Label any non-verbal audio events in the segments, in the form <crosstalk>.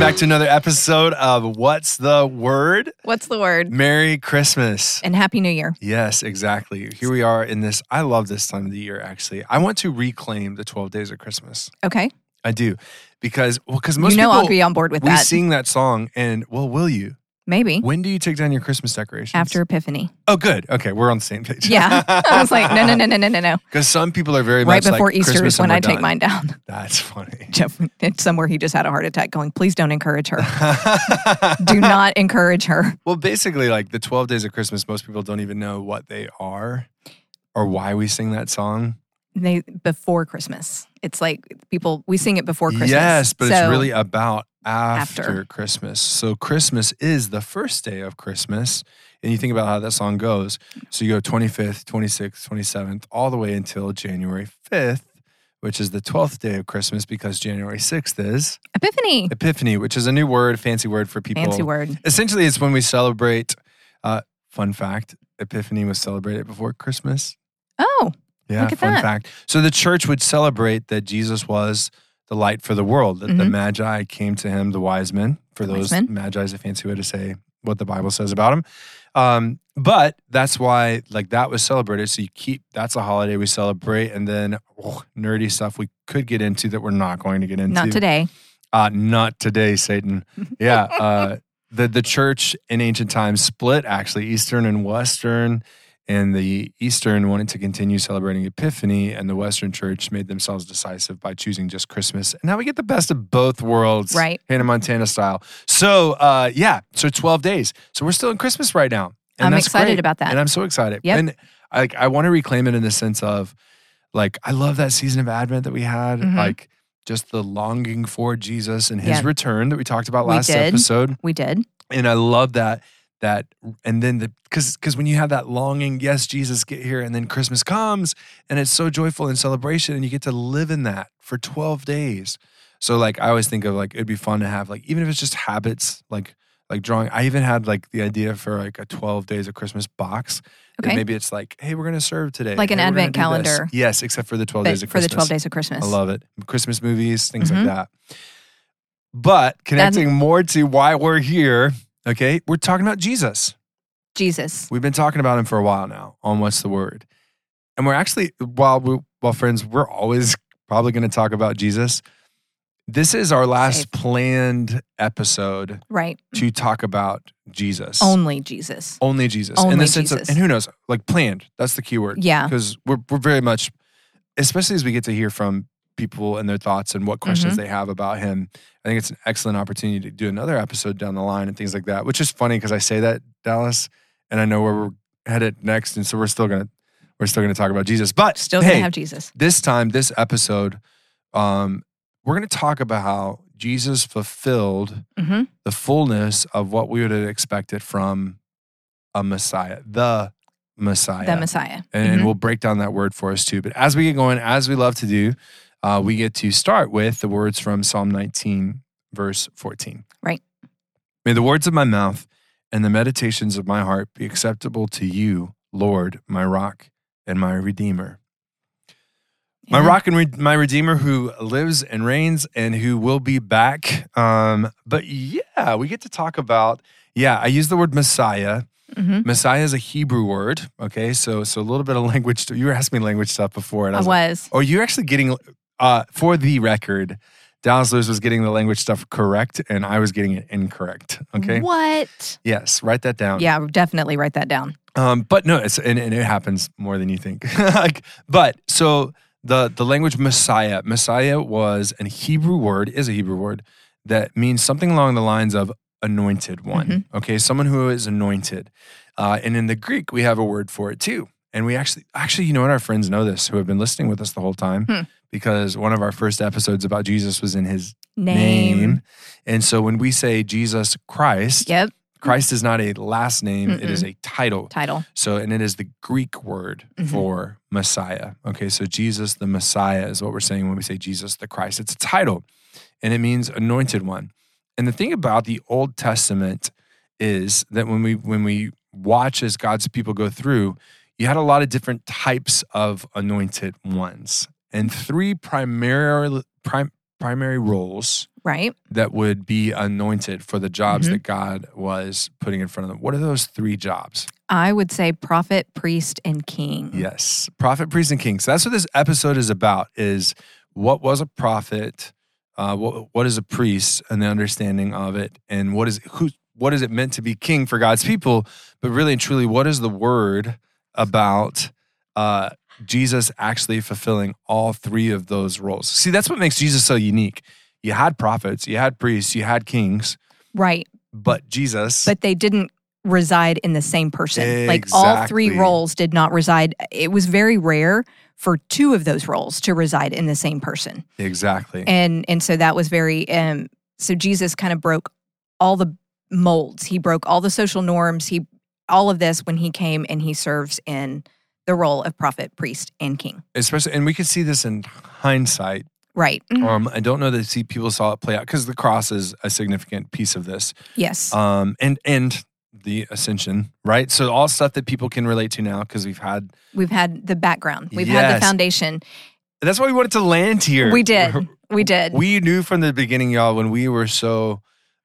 back to another episode of What's the Word? What's the word? Merry Christmas. And Happy New Year. Yes, exactly. Here we are in this. I love this time of the year, actually. I want to reclaim the 12 days of Christmas. Okay. I do. Because, well, because most you know people, I'll be on board with we that. sing that song and, well, will you? Maybe. When do you take down your Christmas decorations? After <laughs> Epiphany. Oh, good. Okay. We're on the same page. Yeah. I was like, no, <laughs> no, no, no, no, no, no. Because some people are very Right much before like, Easter "Christmas is and when we're I take done." mine down. <laughs> That's funny. Jeff, it's somewhere he just had a heart attack going, please don't <laughs> encourage her. Do not encourage her. Well, basically, like the 12 days of Christmas, most people don't even know what they are or why we sing that song. They, before Christmas. It's like people, we sing it before Christmas. Yes, but So, it's really about after, After. Christmas. So Christmas is the first day of Christmas. And you think about how that song goes. So you go 25th, 26th, 27th, all the way until January 5th, which is the 12th day of Christmas because January 6th is Epiphany. Epiphany, which is a new word, fancy word for people. Fancy word. Essentially, it's when we celebrate. Uh, fun fact Epiphany was celebrated before Christmas. Oh, Yeah, Look at fun that. fact. So the church would celebrate that Jesus was the light for the world, that the Mhm. Magi came to him, the wise men. For The those, wise men. Magi is a fancy way to say what the Bible says about him. Um, but that's why, like, that was celebrated. So you keep that's a holiday we celebrate, and then oh, nerdy stuff we could get into that we're not going to get into. not today. Uh, not today, Satan. <laughs> Yeah. <laughs> Uh, the, the church in ancient times split actually, Eastern and Western. And the Eastern wanted to continue celebrating Epiphany, and the Western church made themselves decisive by choosing just Christmas. And now we get the best of both worlds, Right. Hannah Montana style. So, uh, yeah, so 12 days. So we're still in Christmas right now. And I'm that's excited great. about that. And I'm so excited. Yep. And I, like, I want to reclaim it in the sense of, like, I love that season of Advent that we had. Mhm. Like, just the longing for Jesus and his Yeah. return that we talked about We last did. episode. We did. And I love that that and then the cuz cuz when you have that longing, yes, Jesus get here and then Christmas comes and it's so joyful in celebration and you get to live in that for 12 days. So like I always think of like it'd be fun to have like even if it's just habits like like drawing. I even had like the idea for like a 12 days of Christmas box. that Okay. Maybe it's like, hey, we're going to serve today. Like an Hey, we're gonna advent do this. calendar. Yes, except for the 12 But days of for the Christmas. 12 days of Christmas. I love it. Christmas movies, things Mhm. like that. But connecting more to why we're here, okay, we're talking about Jesus. Jesus. We've been talking about him for a while now on What's the Word. And we're actually, while we, while friends, we're always probably going to talk about Jesus. This is our last Safe. planned episode Right. to talk about Jesus. Mm. Only Jesus. Only Jesus. in Only the sense of, Jesus. and who knows, like planned, that's the key word Yeah. because we're we're very much, especially as we get to hear from people and their thoughts and what questions Mm-hmm. they have about him. I think it's an excellent opportunity to do another episode down the line and things like that. Which is funny because I say that Dallas, and I know where we're headed next, and so we're still gonna we're still gonna talk about Jesus. But Still hey, going to have Jesus. this time, this episode, um, we're gonna talk about how Jesus fulfilled hmm the fullness of what we would have expected from a Messiah, the Messiah The Messiah. and Mhm. we'll break down that word for us too. But as we get going, as we love to do, uh, we get to start with the words from Psalm 19, verse 14. Right. May the words of my mouth and the meditations of my heart be acceptable to you, Lord, my rock and my redeemer. My Mm-hmm. Yeah. rock and re- my redeemer who lives and reigns and who will be back. Um, but yeah, we get to talk about, yeah, I use the word Messiah. Mhm. Messiah is a Hebrew word. Okay, so so a little bit of <laughs> language. You were asking me language stuff before, and I I was. Like, was. oh, you're actually getting. Uh, for the record, Dallas Lewis was getting the language stuff correct, and I was getting it incorrect. Okay. Um, What? Yes, write that down. Yeah, definitely write that down. Um, but no, it's and, and it happens more than you think. <laughs> like, but so the the language Messiah, Messiah was an Hebrew word, is a Hebrew word that means something along the lines of anointed one. Mhm. Okay, someone who is anointed, uh, and in the Greek we have a word for it too. And we actually, actually, you know what? Our friends know this who have been listening with us the whole time Hmm. because one of our first episodes about Jesus was in his Name. name. And so when we say Jesus Christ, Yep. Christ is not a last name; it is a title. Title. So, and it is the Greek word Mhm. for Messiah. Okay, so Jesus the Messiah is what we're saying when we say Jesus the Christ. It's a title and it means anointed one. And the thing about the Old Testament is that when we when we watch as God's people go through, you had a lot of different types of anointed ones. And three primary prim, primary roles right? that would be anointed for the jobs Mhm. that God was putting in front of them. What are those three jobs? I would say prophet, priest, and king. Mm. Yes, prophet, priest, and king. So that's what this episode is about: is what was a prophet, uh, what, what is a priest, and the understanding of it, and what is who, what is it meant to be king for God's people? But really and truly, what is the word about uh, Jesus actually fulfilling all three of those roles? See, that's what makes Jesus so unique. You had prophets, you had priests, you had kings, Right. but Jesus, But they didn't reside in the same person. Like all three Exactly. roles did not reside. It was very rare for two of those roles to reside in the same person. exactly, And and so that was very um so Jesus kind of broke all the molds. He broke all the social norms. He all of this when he came and he serves in the role of prophet, priest, and king. especially, and we can see this in hindsight. Right. Um, I don't know that see people saw it play out because the cross is a significant piece of this. yes. Um, and and the ascension, right? So all stuff that people can relate to now because we've had. We've had the background. We've had the Yes. foundation. That's why we wanted to land here. <laughs> We did. We did. We knew from the beginning, y'all, when we were so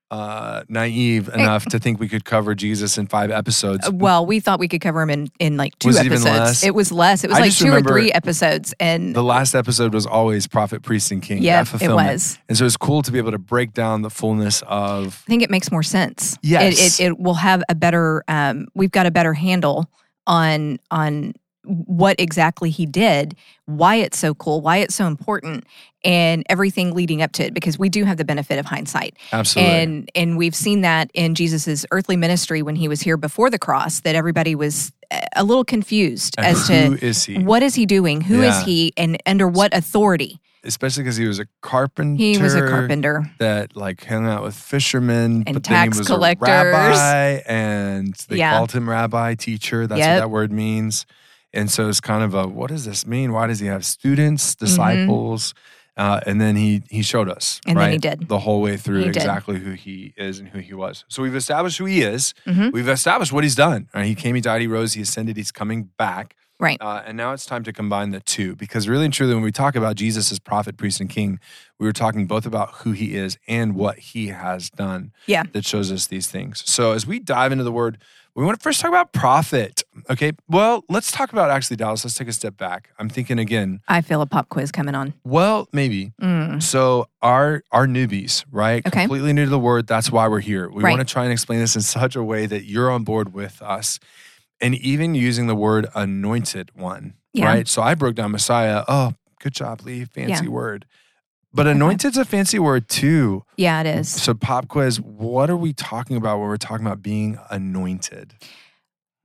uh, naive enough to think we could cover Jesus in five episodes. Eh. Uh, well, we thought we could cover them in, in like two Was it even episodes. less? It was less. It was I like just two or remember three episodes. And The last episode was always prophet, priest, and king. yeah, that it fulfillment. was. And so it's cool to be able to break down the fullness of I think it makes more sense. Yes. It, it, it will have a better, um, we've got a better handle on, on what exactly he did, why it's so cool, why it's so important, and everything leading up to it, because we do have the benefit of hindsight. absolutely. And and we've seen that in Jesus's earthly ministry when he was here before the cross, that everybody was uh, a little confused And as who to is he? what is he doing, Who is Yeah. he, and under what authority. especially because he was a carpenter. He was a carpenter. that like hung out with fishermen And but then tax he was collectors. a rabbi, and they Yeah. called him rabbi teacher. That's Yep. what that word means. And so it's kind of a what does this mean? Why does he have students, Mm-hmm. disciples? Uh, and then he he showed us And right then he did. the whole way through He did. exactly who he is and who he was. So we've established who he is. Mhm. We've established what he's done. Right? He came, he died, he rose, he ascended, he's coming back. Right. Uh, and now it's time to combine the two because really and truly, when we talk about Jesus as prophet, priest, and king, we were talking both about who he is and what he has done. Yeah. That shows us these things. So as we dive into the word, we want to first talk about prophet. Okay. Well, let's talk about actually, Dallas, let's take a step back. I'm thinking again, I feel a pop quiz coming on. well, maybe. Mm. So our our newbies, right? Okay. Completely new to the word. That's why we're here. We Right. want to try and explain this in such a way that you're on board with us. And even using the word anointed one. Yeah. Right. So I broke down Messiah. Oh, good job, Lee. Fancy word. But anointed's a fancy word too. Yeah, it is. So pop quiz, what are we talking about when we're talking about being anointed?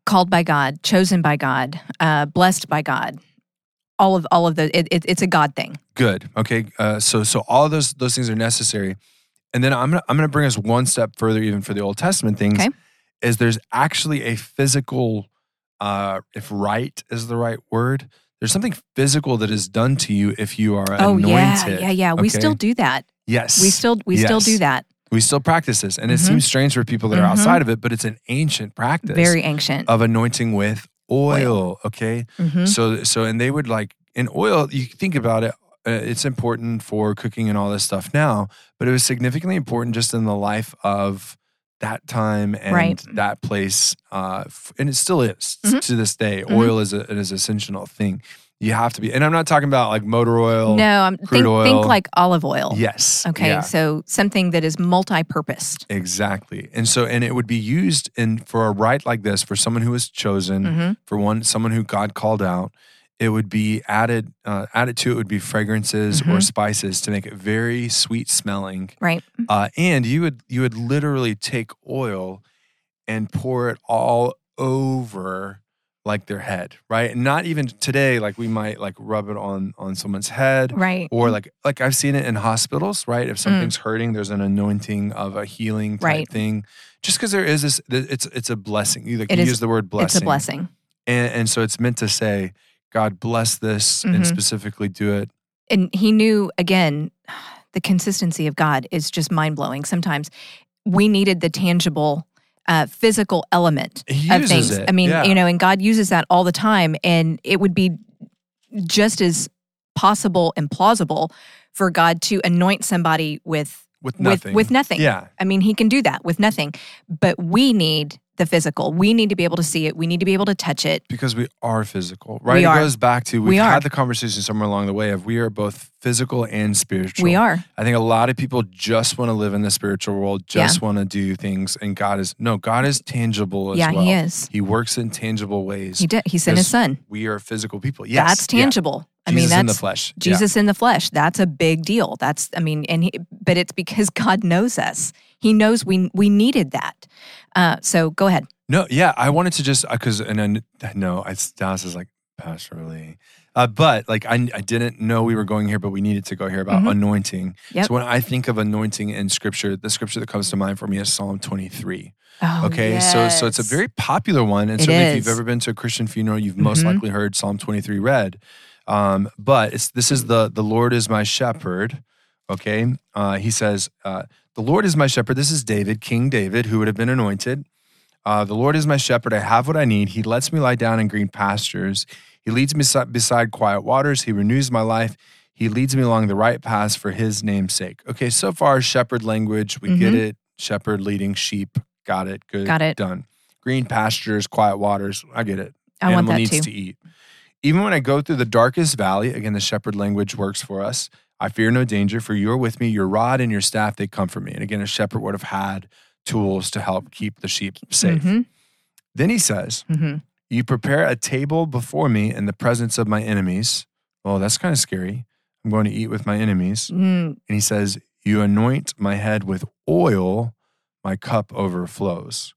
Called by God, chosen by God, uh, blessed by God. All of all of the it, it, it's a God thing. Good. Okay. Uh, so so all those those things are necessary, and then I'm gonna I'm gonna bring us one step further, even for the Old Testament things. Okay. Is there's actually a physical, uh, if right is the right word, there's something physical that is done to you if you are Oh anointed. yeah, yeah, yeah. We okay? still do that. Yes. We still we still Yes. do that. we still practice this, and it Mhm. seems strange for people that are Mhm. outside of it, but it's an ancient practice Very ancient. of anointing with oil. Okay. Mhm. So so and they would like in oil. You think about it. Uh, it's important for cooking and all this stuff now, but it was significantly important just in the life of that time and Right. that place. Uh, f- and it still is Mhm. to this day. Mhm. Oil is a, it is an essential thing. You have to be, and I'm not talking about like motor oil. No, I'm crude think, oil. think like olive oil. Yes. Okay, Yeah. so something that is multi-purposed. Exactly. And so, and it would be used in for a rite like this for someone who was chosen. Mm-hmm. for one someone who God called out, it would be added uh, added to it would be fragrances or Mhm. spices to make it very sweet smelling. Right. Uh, and you would you would literally take oil and pour it all over like their head, right? And not even today, like we might like rub it on on someone's head. Right. Mm. Or like like I've seen it in hospitals, right? If something's hurting, there's an anointing of a healing type Right. thing. Just because there is this, it's it's a blessing. You like It you is- use the word blessing. It's a blessing. And, and so it's meant to say, God bless this and Mhm. specifically do it. And he knew again, the consistency of God is just mind blowing. Sometimes we needed the tangible, uh, physical element He of uses things. it. I mean, yeah. you know, and God uses that all the time, and it would be just as possible and plausible for God to anoint somebody with with with nothing. with nothing. yeah. I mean, he can do that with nothing. But we need the physical. We need to be able to see it. We need to be able to touch it. Because we are physical, right? We it are. goes back to we've We are. had the conversation somewhere along the way of we are both physical and spiritual. We are. I think a lot of people just want to live in the spiritual world, just want to do things, and God is no, God is tangible as yeah, well. he is. He works in tangible ways. He did. He sent his Yes. son. we are physical people. Yes, that's yeah. tangible. I mean, Jesus that's in the flesh. Yeah. Jesus in the flesh. That's a big deal. That's I mean, and he, but it's because <laughs> God knows us. He knows we we needed that. Uh, so go ahead. No, yeah, I wanted to just because and then no, I Dallas is like Pastor Lee, uh, but like I I didn't know we were going here, but we needed to go here about Mhm. anointing. Yep. So when I think of anointing in Scripture, the Scripture that comes to mind for me is Psalm twenty three. Oh, Okay, so so it's a yes. very popular one, and It certainly if you've is. ever been to a Christian funeral, you've most Mhm. likely heard Psalm twenty three read. Um, but it's this is the the Lord is my shepherd. Okay, uh, he says uh, the Lord is my shepherd. This is David, King David, who would have been anointed. Uh, the Lord is my shepherd. I have what I need. He lets me lie down in green pastures. He leads me si- beside quiet waters. He renews my life. He leads me along the right paths for his name's sake. Okay, so far, shepherd language, we get Mhm. it. Shepherd leading sheep. Got it. Good. Got it. Done. Green pastures, quiet waters. I get it. I want Animal that needs too. to eat. Even when I go through the darkest valley, again, the shepherd language works for us. I fear no danger, for you are with me. Your rod and your staff, they comfort me. And again, a shepherd would have had tools to help keep the sheep safe. Mhm, Then he says, mhm. You prepare a table before me in the presence of my enemies. Well, that's kind of scary. I'm going to eat with my enemies. Mm, And he says, You anoint my head with oil, my cup overflows.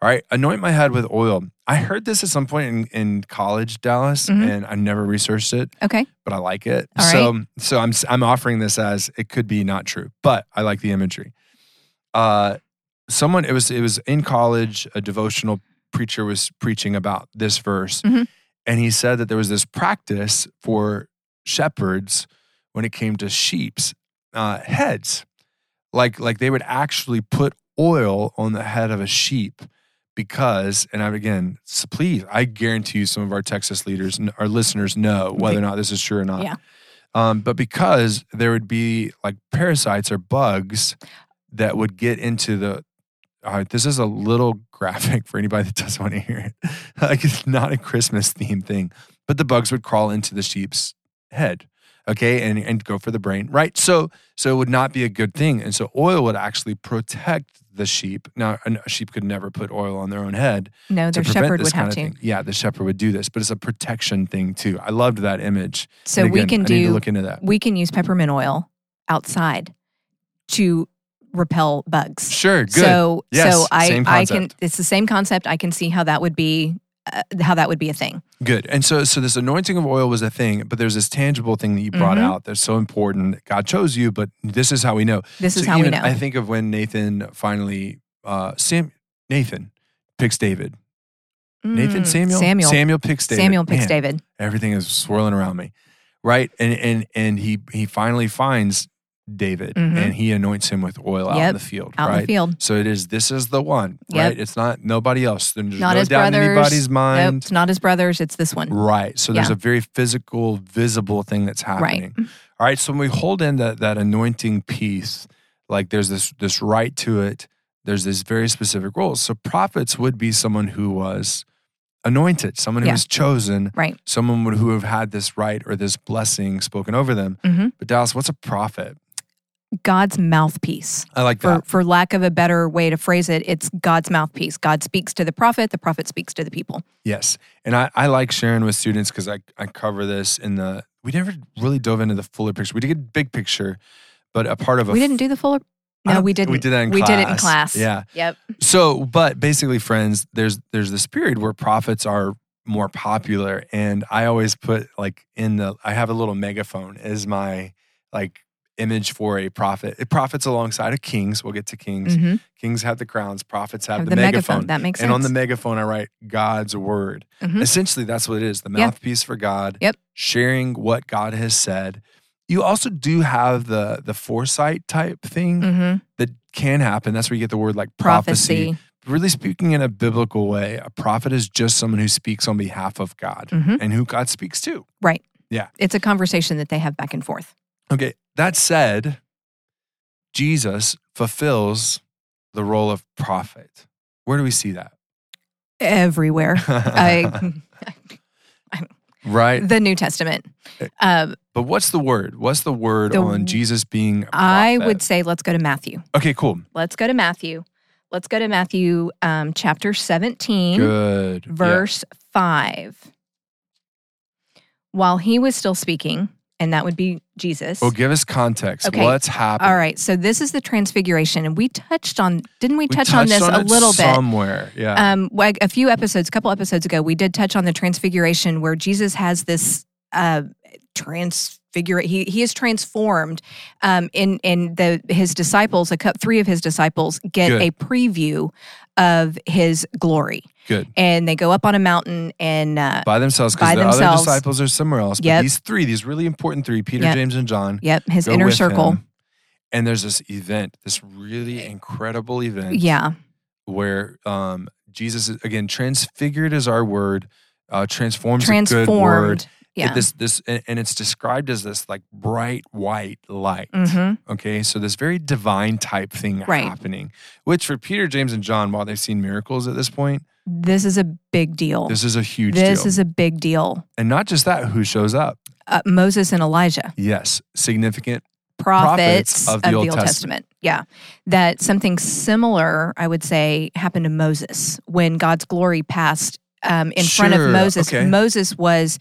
All right, anoint my head with oil. I heard this at some point in, in college, Dallas, Mhm. and I never researched it, okay. but I like it. All so, so I'm I'm offering this as it could be not true, but I like the imagery. Uh, someone it was it was in college. A devotional preacher was preaching about this verse, Mhm. and he said that there was this practice for shepherds when it came to sheep's uh, heads, like like they would actually put oil on the head of a sheep. Because, and I again, s- please, I guarantee you, some of our Texas leaders, kn- our listeners know whether or not this is true or not. Yeah. Um, but because there would be like parasites or bugs that would get into the. All right, this is a little graphic for anybody that doesn't want to hear it. <laughs> like it's not a Christmas themed thing, but the bugs would crawl into the sheep's head, okay, and and go for the brain, right? So so it would not be a good thing, and so oil would actually protect the sheep. Now a a sheep could never put oil on their own head, No, to their prevent shepherd this would kind have of to. thing. Yeah, the shepherd would do this, but it's a protection thing too. I loved that image. So And we again, can I need to do. look into that. We can use peppermint oil outside to repel bugs. Sure, good. So, Yes, so I, same I can. concept. It's the same concept. I can see how that would be, uh, how that would be a thing. good. And so so this anointing of oil was a thing, but there's this tangible thing that you brought Mhm. out that's so important. that God chose you, but this is how we know. This is So how we even know. I think of when Nathan finally uh Sam Nathan picks David. Nathan Mm, Samuel. Samuel. Samuel picks David. Samuel Man, picks David. Everything is swirling around me. Right? And and and he he finally finds David Mhm. and he anoints him with oil out in Yep, the field. out right. in the field. So it is. This is the one, Yep. right? It's not nobody else. There's Not no his doubt in brothers. anybody's Nope, mind, it's not his brothers. It's this one. right? So there's Yeah. a very physical, visible thing that's happening. All right. So when we hold in that that anointing piece, like there's this this right to it. There's this very specific role. So prophets would be someone who was anointed, someone who Yeah. was chosen, Right. someone would- who have had this right or this blessing spoken over them. Mhm. But Dallas, what's a prophet? God's mouthpiece. I like For, that. for lack of a better way to phrase it, it's God's mouthpiece. God speaks to the prophet, the prophet speaks to the people. Yes. And I, I like sharing with students because I, I cover this in the, we never really dove into the fuller picture. We did get big picture, but a part of a. We didn't do the full. I No, don't we think didn't. We did that in we class. did it in class. Yeah. Yep. So, but basically, friends, there's there's this period where prophets are more popular, and I always put like in the I have a little megaphone as my like image for a prophet. It prophets alongside of kings. We'll get to kings. Mhm. Kings have the crowns. Prophets have, Have the, the megaphone. megaphone. That makes And on the sense. megaphone, I write God's word. Mhm. Essentially, that's what it is the Yeah. mouthpiece for God, Yep. sharing what God has said. You also do have the the foresight type thing Mhm. that can happen. That's where you get the word like prophecy. Prophecy. Really speaking in a biblical way, a prophet is just someone who speaks on behalf of God Mhm. and who God speaks to. Right. Yeah. It's a conversation that they have back and forth. Okay. That said, Jesus fulfills the role of prophet. Where do we see that? <laughs> everywhere. I, right. the New Testament. Um, But what's the word? What's the word The- on Jesus being a I prophet? would say let's go to Matthew. Okay, cool. Let's go to Matthew. Let's go to Matthew um, chapter 17, Good. Yeah. verse 5. While he was still speaking, and that would be Jesus. Well, give us context. Okay. What's happening? All right, so this is the transfiguration, and we touched on, didn't we We touch on touched this a it little bit? somewhere. Yeah. um, like a few episodes, a couple episodes ago, we did touch on the transfiguration where Jesus has this uh, transfigure. He he is transformed, um, in in the his disciples. A cup three of his disciples get Good. a preview of his glory, Good. and they go up on a mountain and uh, by themselves because by the other themselves. disciples are somewhere else. But Yep. these three, these really important three, Peter, Yep. James, and John, yep, his go inner with circle. Eh, him. And there's this event, this really incredible event, Yeah, where um, Jesus is, again transfigured is our word, uh, transforms a good word. transformed. It- Yeah. this this and, and it's described as this like bright white light. hmm Okay, so this very divine type thing Right. happening, which for Peter, James, and John, while they've seen miracles at this point, This is a big deal. this is a huge This deal. is a big deal. and not just that, who shows up? Uh, Moses and Elijah. Yes, significant. prophets of the, Old, Testament. Yeah. That something similar, I would say, happened to Moses when God's glory passed um, in front Sure, of Moses. okay. Moses was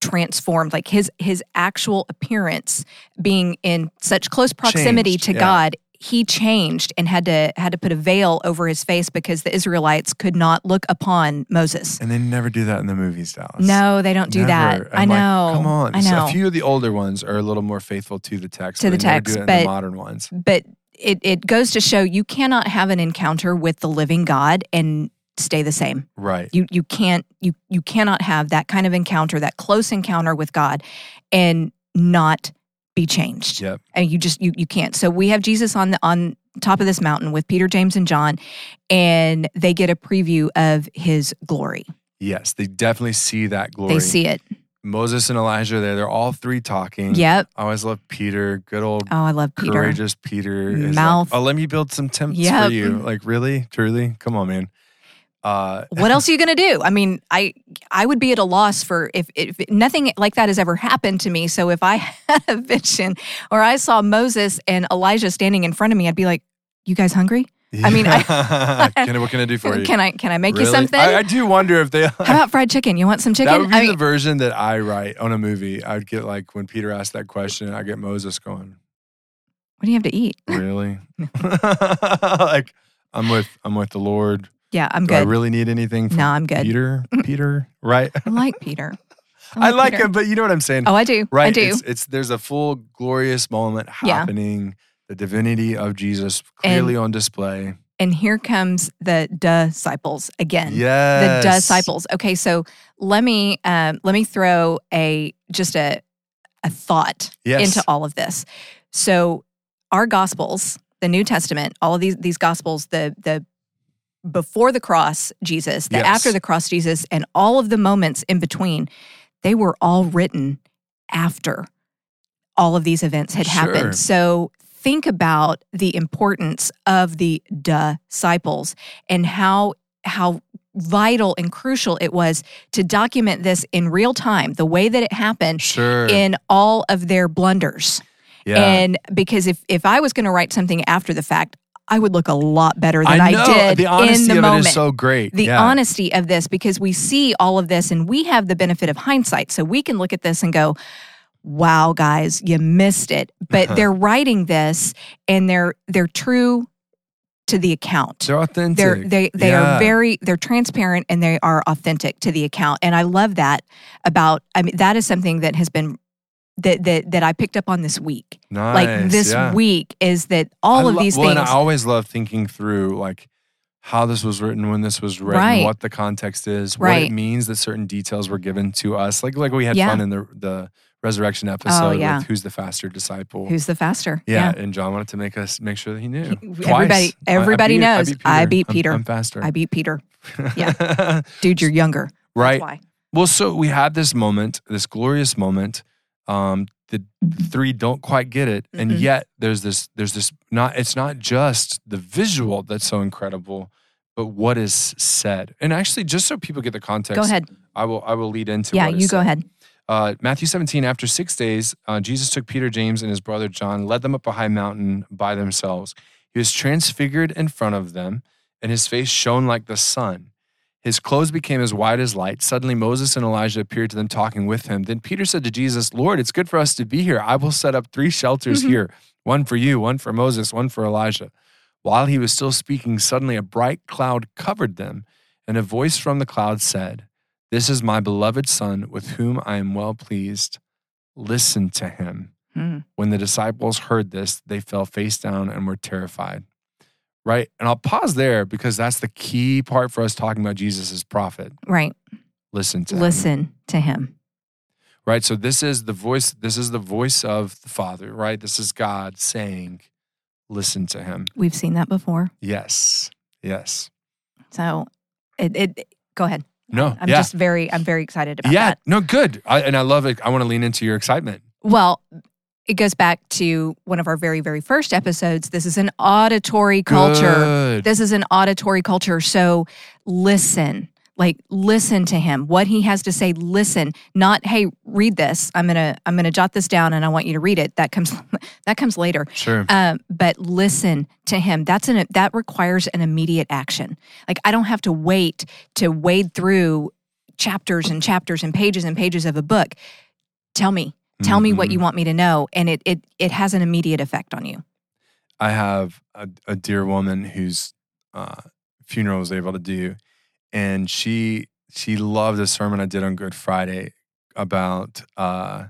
transformed like his his actual appearance being in such close proximity Changed, to yeah. God he changed and had to had to put a veil over his face because the Israelites could not look upon Moses And they never do that in the movies, Dallas. no they don't do Never. that i I'm like, know come on. i So know A few of the older ones are a little more faithful to the text. To but the they never text, do it in but- the modern ones. but it, it goes to show you cannot have an encounter with the living God and stay the same. Right. You you can't you you cannot have that kind of encounter, that close encounter with God and not be changed. Yep. And you just you you can't. So we have Jesus on the on top of this mountain with Peter, James, and John, and they get a preview of his glory. Yes, they definitely see that glory. They see it. Moses and Elijah are there. They're all three talking. Yep. I always love Peter. Good old Oh, I love Peter. Mm-hmm. courageous Peter. is like, Mouth. oh, let me build some tents Yep. for you. Like, really? Truly? Come on, man. Uh, what else are you going to do? I mean, I I would be at a loss for if, if nothing like that has ever happened to me. So if I <laughs> had a vision or I saw Moses and Elijah standing in front of me, I'd be like, "You guys hungry? I <laughs> mean, <laughs> I- Can what can I do for you? Can I can I make you Really? something? I, I do wonder if they. How about fried chicken? You want some chicken? That would be I the mean, version that I write on a movie. I'd get like when Peter asked that question, I get Moses going, what do you have to eat? <laughs> "Really? <laughs> like I'm with I'm with the Lord. Yeah, I'm Do I good. really need anything from no, I'm good. Peter? Peter, <laughs> right? I like Peter. <laughs> I like Peter. him, but you know what I'm saying, Oh, I do. right? I do. It's, it's there's a full glorious moment Yeah. happening. The divinity of Jesus clearly on display. and here comes the disciples again. the Yes, disciples. Okay, so let me um, let me throw a just a a thought Yes. into all of this. So our gospels, the New Testament, all of these these gospels, the the before the cross Jesus, the Yes. after the cross Jesus, and all of the moments in between, they were all written after all of these events had Sure. happened. So think about the importance of the disciples and how how vital and crucial it was to document this in real time, the way that it happened sure. in all of their blunders. yeah. And because if if I was going to write something after the fact, I would look a lot better than I, know did the honesty in the of moment. it is so great. the yeah. honesty of this because we see all of this and we have the benefit of hindsight. So we can look at this and go, wow, guys, you missed it. Uh-huh. But they're writing this and they're they're true to the account they're authentic. they're they they Yeah. are very they're transparent and they are authentic to the account and i love that about i mean that is something that has been that that, that i picked up on this week Nice, like this yeah. week is that I all of lo- these well, things And I always love thinking through like how this was written, when this was written, Right. what the context is, what it Right. means that certain details were given to us. Like like we had Yeah. Oh, fun in the the resurrection episode yeah. with who's the faster disciple. who's the faster yeah, and John wanted to make us make sure that he knew. He- everybody- Twice. I- everybody I knows, beat, I beat I'm- Peter. I'm, faster. i beat peter yeah. dude you're younger <laughs> right. That's why Well, so we had this moment, this glorious moment, um, the three don't quite get it and Mhm. yet there's this there's this not it's not just the visual that's so incredible but what is said and actually just so people get the context Go ahead. i will i will lead into Yeah, what is you go said. ahead. Uh, Matthew 17, after six days, uh, Jesus took Peter, James, and his brother John, led them up a high mountain by themselves. He was transfigured in front of them, and his face shone like the sun. His clothes became as white as light. Suddenly, Moses and Elijah appeared to them, talking with him. Then Peter said to Jesus, Lord, it's good for us to be here. I will set up three shelters Mhm. here one for you, one for Moses, one for Elijah. While he was still speaking, suddenly a bright cloud covered them, and a voice from the cloud said, this is my beloved Son, with whom I am well pleased. Listen to him. Hmm. When the disciples heard this, they fell face down and were terrified. Right? And I'll pause there because that's the key part for us talking about Jesus as prophet. Right. Listen to him. Listen to him. Right? So this is the voice, this is the voice of the Father, right? This is God saying, Listen to him. We've seen that before. Yes. Yes. So it, it go ahead. No. I'm yeah. just very I'm very excited about yeah. that. No, good. I, and I love it. I want to lean into your excitement. Well, it goes back to one of our very very first episodes. This is an auditory culture. Good. This is an auditory culture. So listen. Like listen to him. What he has to say, listen. Not hey, read this. I'm going to I'm going to jot this down and I want you to read it. That comes <laughs> that comes later. Sure. um, but listen to him. That's an that requires an immediate action. Like I don't have to wait to wade through chapters and chapters and pages and pages of a book. Tell me, tell me what Mhm. you want me to know, and it it it has an immediate effect on you. I have a, a dear woman whose uh, funeral I was able to do, and she she loved a sermon I did on Good Friday about uh,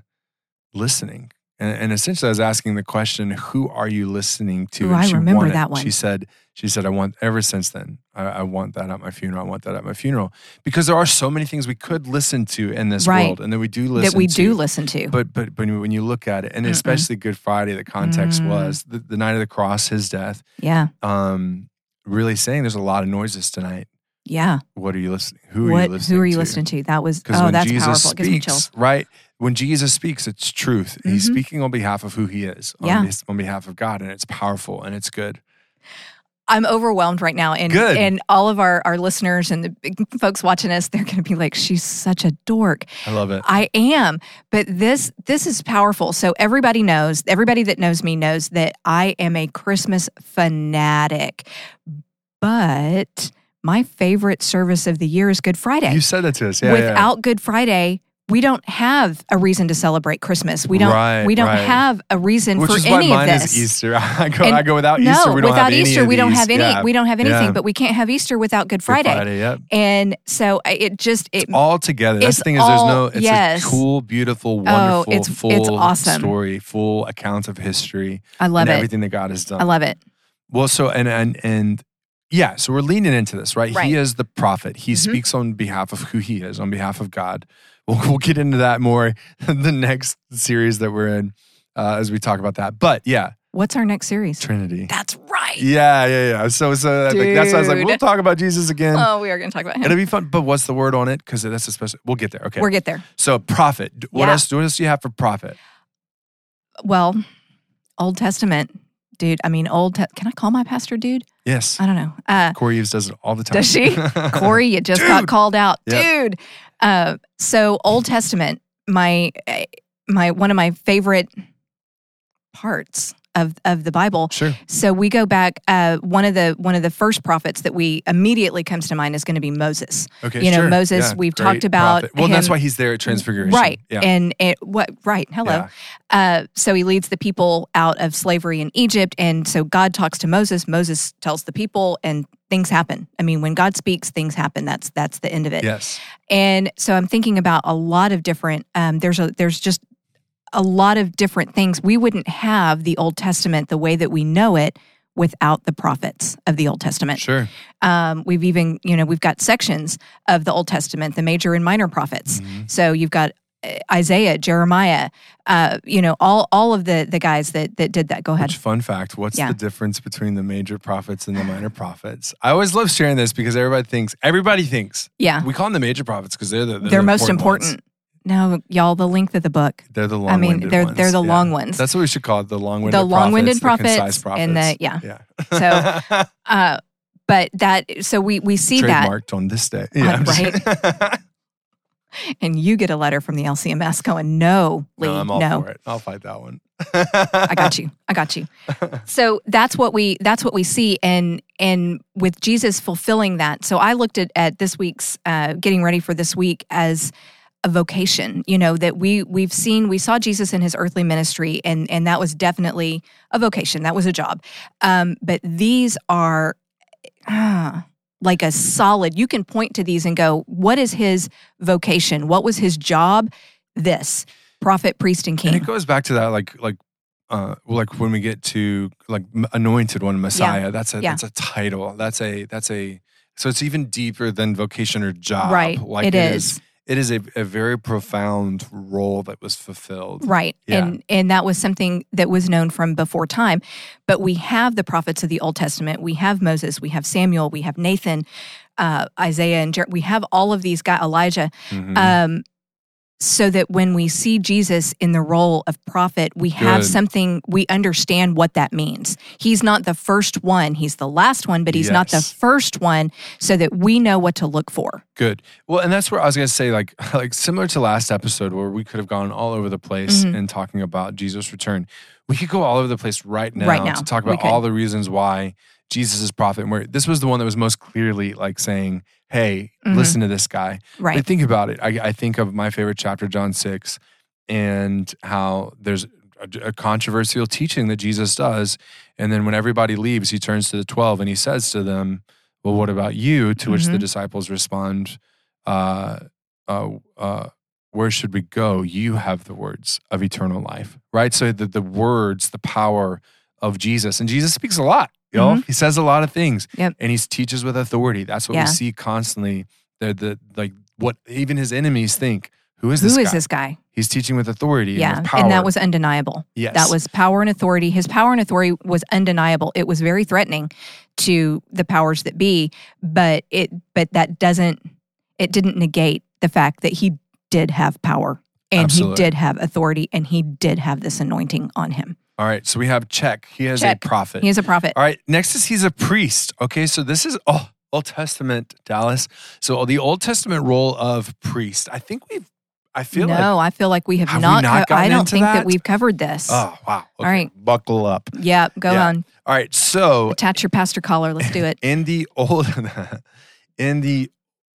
listening, and, and essentially I was asking the question, "Who are you listening to?" Ooh, And Oh, I she remember wanted- that one. She said, "She said I want ever since then. I, I want that at my funeral. I want that at my funeral because there are so many things we could listen to in this Right. world, and that we do listen that we to do listen to. but but but when you look at it, and Mm-mm. especially Good Friday, the context Mm. was the, the night of the cross, his death. yeah, Um, really saying there's a lot of noises tonight. yeah. What are you listening? Who are what you listening? who are you listening to? That was Because oh, when that's Jesus powerful. It gives me speaks, chills. right? When Jesus speaks, it's truth. He's Mhm. speaking on behalf of who he is, on, Yeah. his- on behalf of God, and it's powerful and it's good. I'm overwhelmed right now, and Good. and all of our our listeners and the big folks watching us, they're going to be like, she's such a dork. I love it. I am, but this this is powerful. So everybody knows, everybody that knows me knows that I am a Christmas fanatic. But my favorite service of the year is Good Friday. You said that to us, yeah. yeah, yeah. Without Good Friday, we don't have a reason to celebrate Christmas. We don't Right, we don't right. have a reason which for is why any of mine this. is Easter. <laughs> I go, And I go without no, Easter. We don't without have any Easter, of we don't these. have any. Yeah. We don't have anything, Yeah. but we can't have Easter without Good Good Friday. Friday yep. And so I- it just it all together. That's It's the thing is there's no all- it's yes. Oh, a cool, beautiful, wonderful, it's- it's full awesome. story, full account of history I love and it. everything that God has I done. love it. Well, so and and and yeah, so we're leaning into this, right? Right. He is the prophet. He Mhm. speaks on behalf of who he is, on behalf of God. We'll, we'll get into that more <laughs> in the next series that we're in uh, as we talk about that. But yeah, What's our next series? Trinity. That's right. Yeah, yeah, yeah. So, so I think that's why I was like, Dude. we'll talk about Jesus again. Oh, we are going to talk about him. It'll be fun. But what's the word on it? Because that's a special. We'll get there. Okay. We'll get there. So profit. D- What Yeah. else? What else do you have for profit? Well, Old Testament, dude. I mean, Old. Te- Can I call my pastor, dude? Yes, I don't know. Uh, Corey Eves does it all the time. <laughs> Does she? Corey, you just got Dude. called out, Yep. dude. Uh, so Old Testament, my eh, my one of my favorite parts of of the Bible. sure. So we go back. Uh, one of the one of the first prophets that we immediately comes to mind is going to be Moses. Okay. You know, sure. Moses, Yeah, we've great talked about prophet. Well, that's him- why he's there at Transfiguration. Right. Yeah. And it, what? Right. Hello. Yeah. Uh, so he leads the people out of slavery in Egypt. And so God talks to Moses. Moses tells the people, and things happen. I mean, when God speaks, things happen. That's that's the end of it. Yes. And so I'm thinking about a lot of different. Um, there's a there's just a lot of different things we wouldn't have the Old Testament the way that we know it without the prophets of the Old Testament. Sure. Um, we've even you know we've got sections of the Old Testament, the major and minor prophets. Mhm. So you've got uh, Isaiah, Jeremiah, uh, you know, all all of the the guys that that did that. Go ahead. Which fun fact? What's Yeah. the difference between the major prophets and the minor prophets? I always love sharing this because everybody thinks. Everybody thinks yeah, we call them the major prophets because they're the Uh-huh. they're most ones. important. No, y'all, the length of the book. They're the long. I mean, they're they're the long ones. That's what we should call it, the long-winded. the long-winded prophets, prophets, the concise prophets. and the yeah. yeah. <laughs> Uh, but that so we we see that, trademarked on this day. Yeah, Uh, I'm just <laughs> kidding. and you get a letter from the LCMS going, "No, Lee, no, I'm all no, for it. I'll fight that one. I got you. I got you. So that's what we that's what we see, and and with Jesus fulfilling that. So I looked at at this week's uh, getting ready for this week as a vocation. You know that we we've seen we saw Jesus in his earthly ministry, and and that was definitely a vocation. That was a job. Um, but these are. ah, like a solid, you can point to these and go, what is his vocation? What was his job? This prophet, priest, and king. And it goes back to that, like, like, uh, like when we get to like m- anointed one, Messiah. That's a yeah. that's a title. That's a that's a so it's even deeper than vocation or job. right. Like it is. It is a, a very profound role that was fulfilled. Right. Yeah. And and that was something that was known from before time. But we have the prophets of the Old Testament. We have Moses, we have Samuel, we have Nathan, uh, Isaiah and Jer- we have all of these guys, Elijah. Mhm. Um so that when we see Jesus in the role of prophet, we have Good. something we understand what that means. He's not the first one, he's the last one, but he's not the Yes. first one so that we know what to look for. Good. Well, and that's where I was going to say, like, <laughs> like similar to last episode where we could have gone all over the place Mhm. and talking about Jesus' return. We could go all over the place right now, Right now, to talk we about could. all the reasons why Jesus is prophet. And where this was the one that was most clearly like saying, "Hey, Mhm. listen to this guy." Right. I think about it. I, I think of my favorite chapter, John 6, and how there's a, a controversial teaching that Jesus does. And then when everybody leaves, he turns to the 12 and he says to them, Well, what about you? To which the Mhm. disciples respond, uh, uh, uh, Where should we go? You have the words of eternal life, right? So the, the words, the power of Jesus. And Jesus speaks a lot. Y'all. He says a lot of things, Mm-hmm. Yep. and he teaches with authority. That's what Yeah. we see constantly the the like what even his enemies think. Who is Who this is guy? this guy? He's teaching with authority. yeah. and, with power. and that was undeniable. yes. That was power and authority. His power and authority was undeniable. It was very threatening to the powers that be, but it but that doesn't it didn't negate the fact that he did have power and Absolutely. he did have authority and he did have this anointing on him. all right. So we have check. He has Check. a prophet. He is a prophet. all right. Next is he's a priest. Okay. So this is oh Old Testament Dallas. So the Old Testament role of priest. I think we've. I feel no, like. I feel like we have Have we not. not I- I gotten don't into think that? that? we've covered this. Oh wow. Okay. right. Buckle up. yeah, go yeah. on. All right. So Attach your pastor collar. Let's do it. in the old in the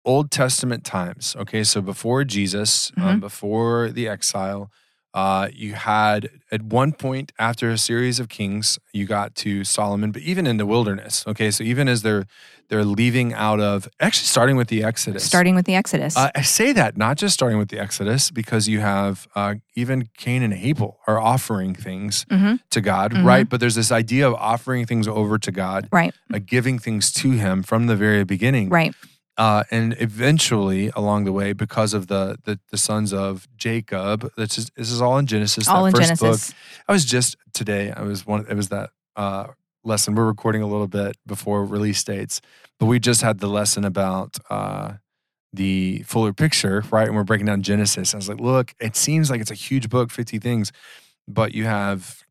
old testament times okay so before jesus um, before the exile uh, you had at one point after a series of kings you got to solomon but even in the wilderness okay so even as they're they're leaving out of actually starting with the <laughs> exodus Starting with the Exodus. uh, I say that not just starting with the Exodus, because you have uh, even Cain and Abel are offering things Mhm. to God, Mhm. right? But there's this idea of offering things over to God, Right. uh, giving things to Him from the very beginning, right. Uh, and eventually, along the way, because of the the, the sons of Jacob, this is, this is all in Genesis. All that in first book. Genesis. I was just today. I was one. It was that uh, lesson. We're recording a little bit before release dates, but we just had the lesson about uh, the fuller picture, right? And we're breaking down Genesis. I was like, look, it seems like it's a huge book, fifty things, but you have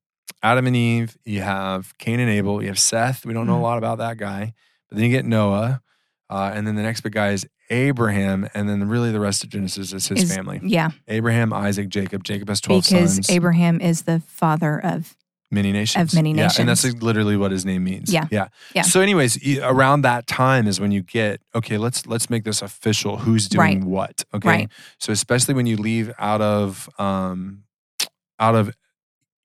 Adam and Eve, you have Cain and Abel, you have Seth. We don't know Mhm. a lot about that guy, but then you get Noah, uh, and then the next big guy is Abraham, and then really the rest of Genesis is his Is- family: Yeah. Abraham, Isaac, Jacob. Jacob has twelve because sons. Abraham is the father of many nations many Yeah, and that's nations. like literally what his name means. Yeah. yeah, Yeah. So, anyways, y- around that time is when you get okay. Let's let's make this official. Who's doing Right. what? Okay. Right. So, especially when you leave out of um, out of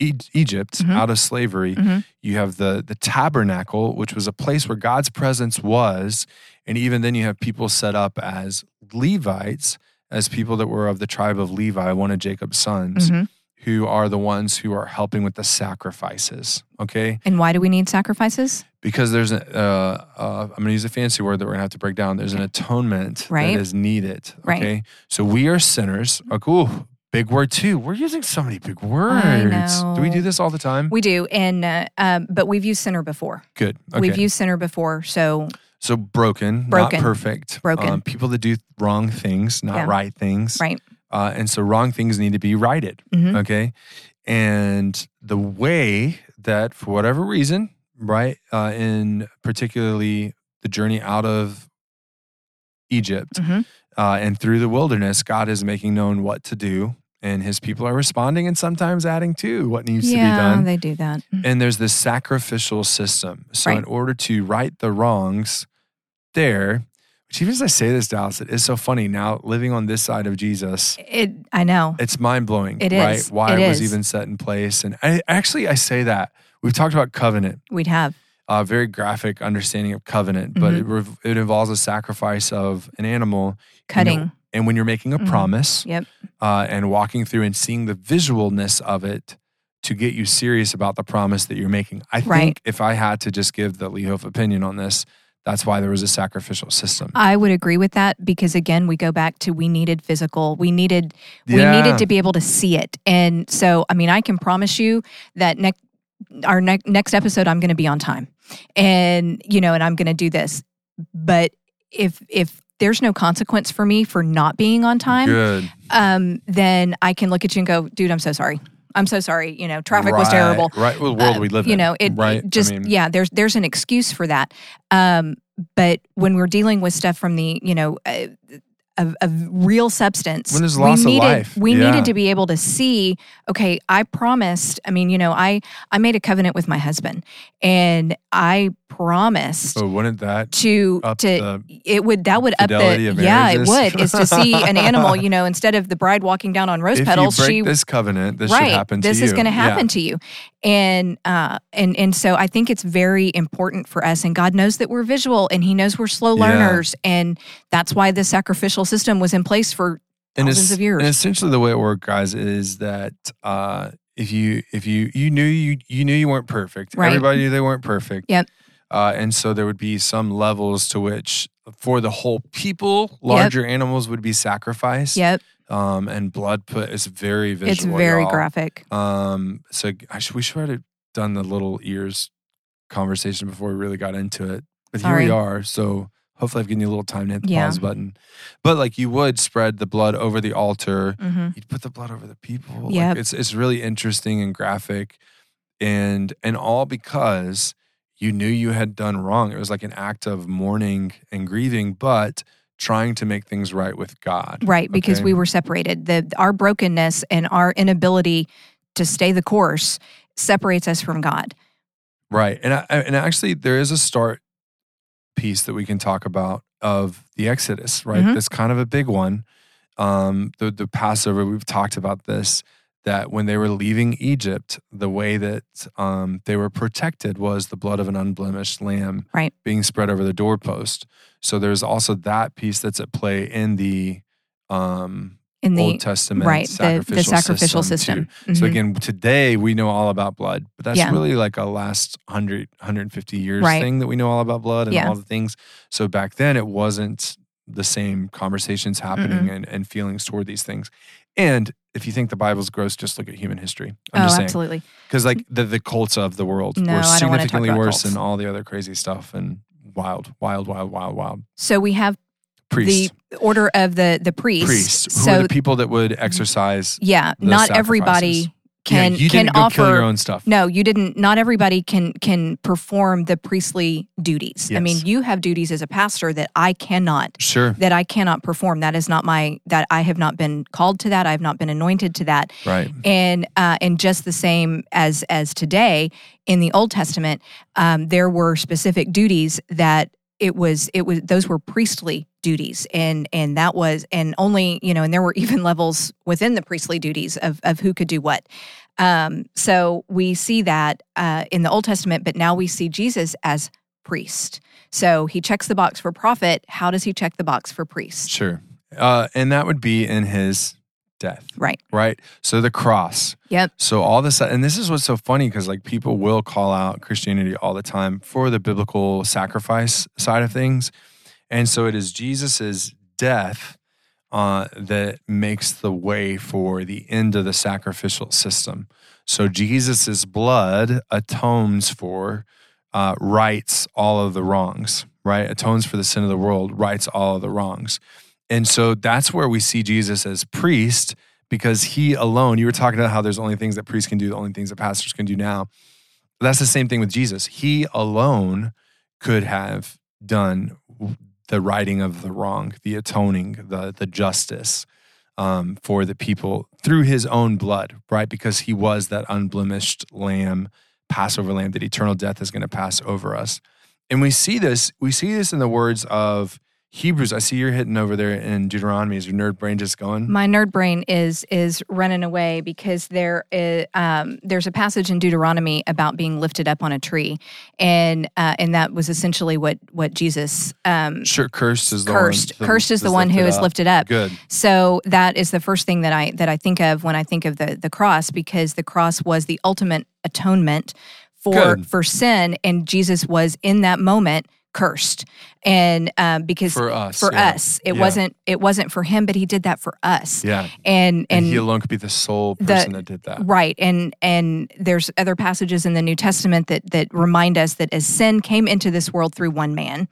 e- Egypt, Mhm. out of slavery, Mhm. you have the the tabernacle, which was a place where God's presence was, and even then you have people set up as Levites, as people that were of the tribe of Levi, one of Jacob's sons Mhm. who are the ones who are helping with the sacrifices. Okay, And why do we need sacrifices? because there's an uh, uh, I'm going to use a fancy word that we're going to have to break down. There's an atonement Right. that is needed. Right. Okay, so we are sinners. Like, ooh, big word too. We're using so many big words. Do we know. do this all the time? We do, and uh, um, but we've used sinner before. Good. Okay. We've used sinner before, so so broken, Broken. not perfect. Um, Broken. people that do wrong things, not Yeah. right things. Right. Uh, and so wrong things need to be righted. Mhm. Okay. And the way that, for whatever reason, right, uh, in particularly the journey out of Egypt Mhm. uh, and through the wilderness, God is making known what to do. And his people are responding and sometimes adding to what needs to be yeah, done they do that. and there's this sacrificial system. So in Right. order to right the wrongs there, which even as I say this, Dallas, it is so funny now living on this side of Jesus. It, I know. It's mind blowing, It right? is. Why It it was is. even set in place, and I, actually, I say that we've talked about covenant, We'd have. a very graphic understanding of covenant, Mm-hmm. but it rev it involves a sacrifice of an animal, Cutting. and when you're making a Mhm. promise, Yep. uh, and walking through and seeing the visualness of it to get you serious about the promise that you're making. I Right. think if I had to just give the Lehof opinion on this, that's why there was a sacrificial system. I would agree with that because again, we go back to we needed physical, we needed we Yeah. needed to be able to see it, and so I mean, I can promise you that next our next next episode, I'm going to be on time, and you know, and I'm going to do this. But if if there's no consequence for me for not being on time, Good. um, then I can look at you and go, dude, I'm so sorry. I'm so sorry. You know, traffic was Right, terrible Right. Well, the world uh, we live in. you know it, it right? I just mean, yeah there's there's an excuse for that um but when we're dealing with stuff from the you know uh, of, of real substance When there's we loss of needed life, we yeah. needed to be able to see okay i promised i mean you know i i made a covenant with my husband and i promised Oh, wouldn't that? to up to the it would that would up fidelity the of yeah it marriages? would is to see <laughs> an animal you know instead of the bride walking down on rose If petals you break she this covenant, this right. should happen to this you. is going to Yeah. happen to you, and uh, and and so I think it's very important for us. And God knows that we're visual, and He knows we're slow Yeah. learners, and that's why the sacrificial system was in place for thousands es- of years. And essentially, the way it worked, guys, is that uh, if you if you you knew you you knew you weren't perfect. Right. Everybody knew they weren't perfect. Yep. Uh, and so there would be some levels to which, for the whole people, larger animals would be sacrificed. yep, Um, and blood put is very visual. it's very y'all. graphic. Um, so I should, we should have done the little ears conversation before we really got into it. But Sorry. here we are. So hopefully I've given you a little time to hit the Yeah. pause button. But like you would spread the blood over the altar. hmm You'd put the blood over the people. Like, Yep. it's it's really interesting and graphic. And and all because you knew you had done wrong. It was like an act of mourning and grieving, but trying to make things right with God. Right, because Okay. we were separated. The our brokenness and our inability to stay the course separates us from God. Right. And I, and actually there is a start piece that we can talk about of the Exodus, right? Mhm. That's kind of a big one. Um the the Passover, we've talked about this that when they were leaving Egypt, the way that um, they were protected was the blood of an unblemished lamb Right. being spread over the doorpost. So there's also that piece that's at play in the um, In the Old Testament right, the, sacrificial the sacrificial system. too. system. So Mhm. again, today we know all about blood, but that's Yeah. really like a last 100, 150 years Right. thing that we know all about blood and Yeah. all the things. So back then it wasn't the same conversations Mm-hmm. happening and, and feelings toward these things. And if you think the Bible's gross, just look at human history. I'm oh, just saying. absolutely. Because like the, the cults of the world No, were I don't wanna talk significantly about worse cults. than all the other crazy stuff and wild, wild, wild, wild, wild. So we have Priests. the order of the the priest. priests. Who are So the people that would exercise yeah, the not sacrifices. everybody can yeah, you can didn't go offer. kill your own stuff. no, you didn't. Not everybody can can perform the priestly duties. I mean, Yes. you have duties as a pastor that I cannot Sure. that I cannot perform. That is not my that I have not been called to that. I have not been anointed to that. Right. And uh, and just the same as as today in the Old Testament, um, there were specific duties that it was it was those were priestly duties, and and that was and only you know, and there were <laughs> even levels within the priestly duties of of who could do what. Um, so we see that uh, in the Old Testament, but now we see Jesus as priest. So he checks the box for prophet. How does he check the box for priest? Sure. Uh, and that would be in his death, Right. right? So the cross. Yep. So all this, and this is what's so funny because like people will call out Christianity all the time for the biblical sacrifice side of things. And so it is Jesus's death uh, that makes the way for the end of the sacrificial system. So Jesus's blood atones for, uh, rights all of the wrongs, right? Atones for the sin of the world, rights all of the wrongs. And so that's where we see Jesus as priest because he alone, you were talking about how there's only things that priests can do, the only things that pastors can do now. That's the same thing with Jesus. He alone could have done the righting of the wrong, the atoning, the, the justice um, for the people through his own blood, right? Because he was that unblemished lamb, Passover lamb that eternal death is going to pass over us. And we see this, we see this in the words of Hebrews. I see you're hitting over there in Deuteronomy. Is your nerd brain just going? My nerd brain is is running away because there is um, there's a passage in Deuteronomy about being lifted up on a tree, and uh, and that was essentially what what Jesus um, sure cursed is the cursed one, cursed is the one who is up. lifted up. Good. So that is the first thing that I that I think of when I think of the the cross because the cross was the ultimate atonement for Good. for sin, and Jesus was in that moment cursed, and um, because for us. for yeah. us. It Yeah. wasn't it wasn't for him, but he did that for us. Yeah. And And, and, he alone could be the sole the- person that did that. right and and there's other passages in the New Testament that that remind us that as sin came into this world through one man,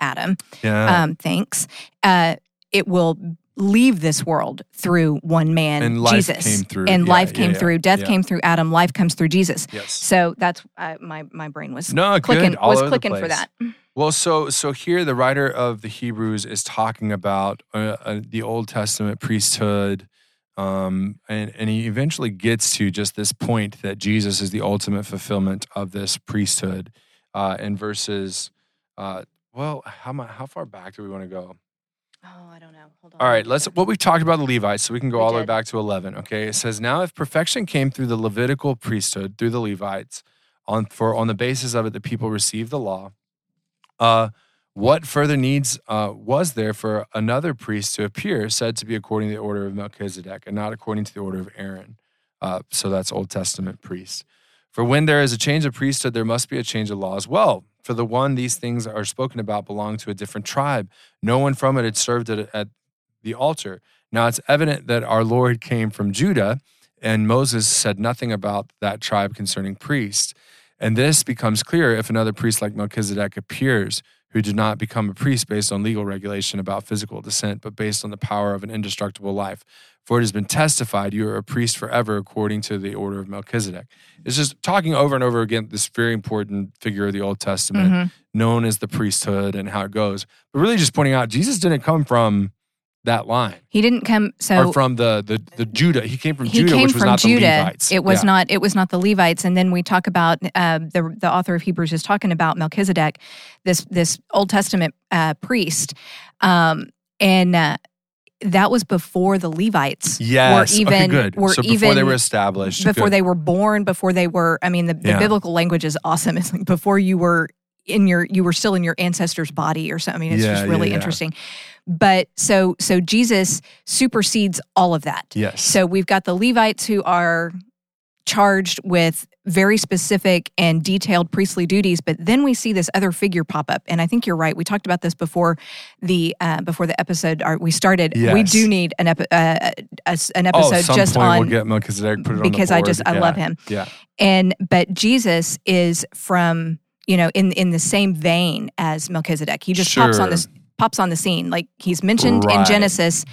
Adam. Yeah. Um, thanks. Uh, it will leave this world through one man, And life Jesus. came through- and yeah, life yeah, came yeah, through. Death yeah. came through Adam. Life comes through Jesus. yes. So that's uh, my my brain was No, clicking good. All was over the clicking for place. that. Well, so so here the writer of the Hebrews is talking about uh, uh, the Old Testament priesthood, um, and and he eventually gets to just this point that Jesus is the ultimate fulfillment of this priesthood. Uh, in verses, uh, well, how mu- how far back do we want to go? Oh, I don't know. Hold on. All right, let's. Well, we've talked about the Levites, so we can go We all the way did. back to eleven. Okay, it says now, if perfection came through the Levitical priesthood through the Levites, on for on the basis of it, the people received the law. Uh, what further needs uh, was there for another priest to appear, said to be according to the order of Melchizedek, and not according to the order of Aaron? Uh, so that's Old Testament priest. For when there is a change of priesthood, there must be a change of law as well. For the one these things are spoken about belonged to a different tribe. No one from it had served at, at the altar. Now it's evident that our Lord came from Judah, and Moses said nothing about that tribe concerning priests. And this becomes clear if another priest like Melchizedek appears, who did not become a priest based on legal regulation about physical descent, but based on the power of an indestructible life. For it has been testified you are a priest forever according to the order of Melchizedek. It's just talking over and over again this very important figure of the Old Testament Mhm. known as the priesthood and how it goes, but really just pointing out Jesus didn't come from that line He didn't come. So or from the, the the Judah. He came from Oh. he Judah, came which was from not Judah. the Levites. It was Yeah. not. It was not the Levites. And then we talk about uh, the the author of Hebrews is talking about Melchizedek, this this Old Testament uh, priest, um, and uh, that was before the Levites Yes. were even okay, good. were so before even they were established. before good. they were born, before they were. I mean, the, the Yeah. biblical language is awesome. It's like before you were in your you were still in your ancestor's body or something. I mean, it's Yeah, just yeah, really yeah. interesting. But so so Jesus supersedes all of that. Yes. So we've got the Levites who are charged with very specific and detailed priestly duties, but then we see this other figure pop up, and I think you're right. We talked about this before the uh, before the episode or we started. We Yes. do need an epi- uh, a- a s- an oh, episode some just point on we'll get Melchizedek. Put it on the because I just board. I Yeah. love him. Yeah. And but Jesus is from you know in in the same vein as Melchizedek. He just pops on this Sure. pops on the scene like he's mentioned in Right. Genesis,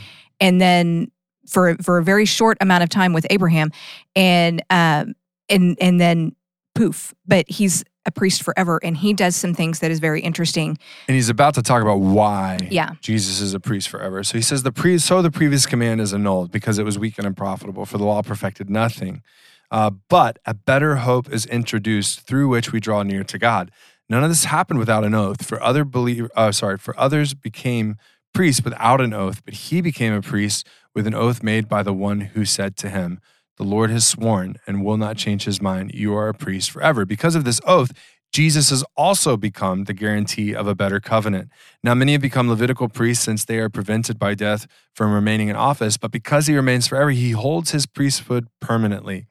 and then for for a very short amount of time with Abraham, and um and and then poof. But he's a priest forever, and he does some things that is very interesting. And he's about to talk about why Yeah. Jesus is a priest forever. So he says the pre- so the previous command is annulled because it was weak and unprofitable, for the law perfected nothing. Uh, but a better hope is introduced through which we draw near to God. None of this happened without an oath. For other believe, uh, sorry, for others became priests without an oath, but he became a priest with an oath made by the one who said to him, "The Lord has sworn and will not change his mind. You are a priest forever." Because of this oath, Jesus has also become the guarantee of a better covenant. Now, many have become Levitical priests since they are prevented by death from remaining in office, but because he remains forever, he holds his priesthood permanently.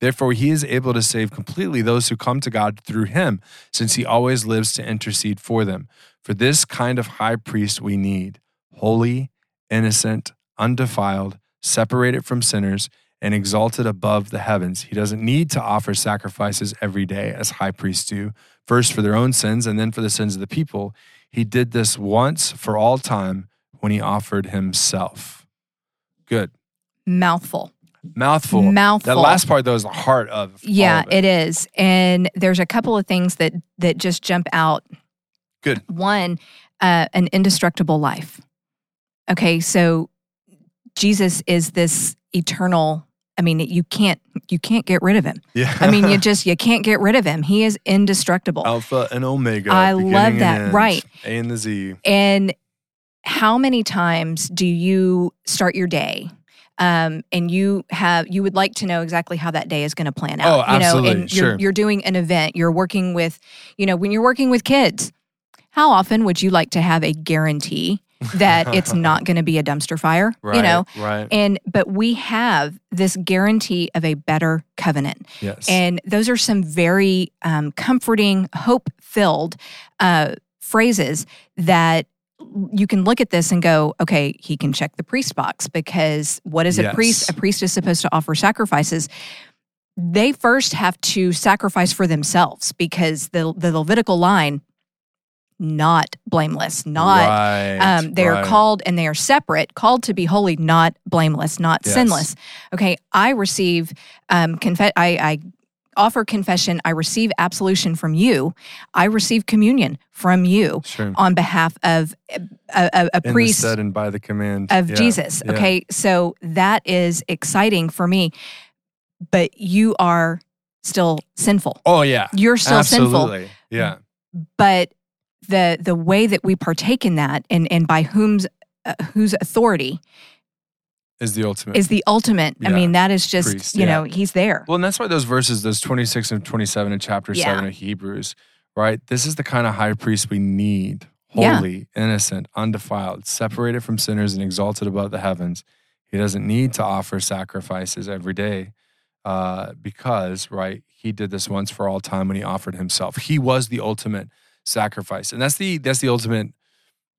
Therefore, he is able to save completely those who come to God through him, since he always lives to intercede for them. For this kind of high priest we need holy, innocent, undefiled, separated from sinners, and exalted above the heavens. He doesn't need to offer sacrifices every day as high priests do, first for their own sins and then for the sins of the people. He did this once for all time when he offered himself. Good. Mouthful. Mouthful. Mouthful. That last part though is the heart of all yeah, of it is. And there's a couple of things that that just jump out. Good. One, uh, an indestructible life. Okay, so Jesus is this eternal. I mean, you can't you can't get rid of him. yeah. I <laughs> mean, you just you can't get rid of him. He is indestructible. Alpha and Omega. I beginning love and that, end, right. A and the Z. And how many times do you start your day? Um, and you have you would like to know exactly how that day is going to plan out. Oh, you know, absolutely, and you're sure. you're doing an event, you're working with, you know, when you're working with kids, how often would you like to have a guarantee <laughs> that it's not going to be a dumpster fire? Right. You know, Right. and but we have this guarantee of a better covenant. yes. And those are some very um, comforting, hope filled uh, phrases that you can look at this and go, okay, he can check the priest box because what is a priest? Yes. A priest is supposed to offer sacrifices. They first have to sacrifice for themselves because the, the Levitical line, not blameless, not Right, um, they are right. called and they are separate, called to be holy, not blameless, not Yes. sinless. Okay, I receive um, confess. I, I offer confession. I receive absolution from you. I receive communion from you Sure. on behalf of a, a, a In priest the said and by the command of Yeah, Jesus. yeah. Okay, so that is exciting for me, but you are still sinful. Oh yeah. You're still sinful Absolutely. Yeah. but the the way that we partake in that and and by whom's uh, whose authority Is the ultimate. is the ultimate i Yeah. mean that is just Priest, you know he's there Well, and that's why those verses, those 26 and 27 in chapter Yeah. 7 of Hebrews, right? This is the kind of high priest we need Yeah. holy, innocent, undefiled, separated from sinners, and exalted above the heavens. He doesn't need to offer sacrifices every day uh, because, right, he did this once for all time when he offered himself. He was the ultimate sacrifice. And that's the that's the ultimate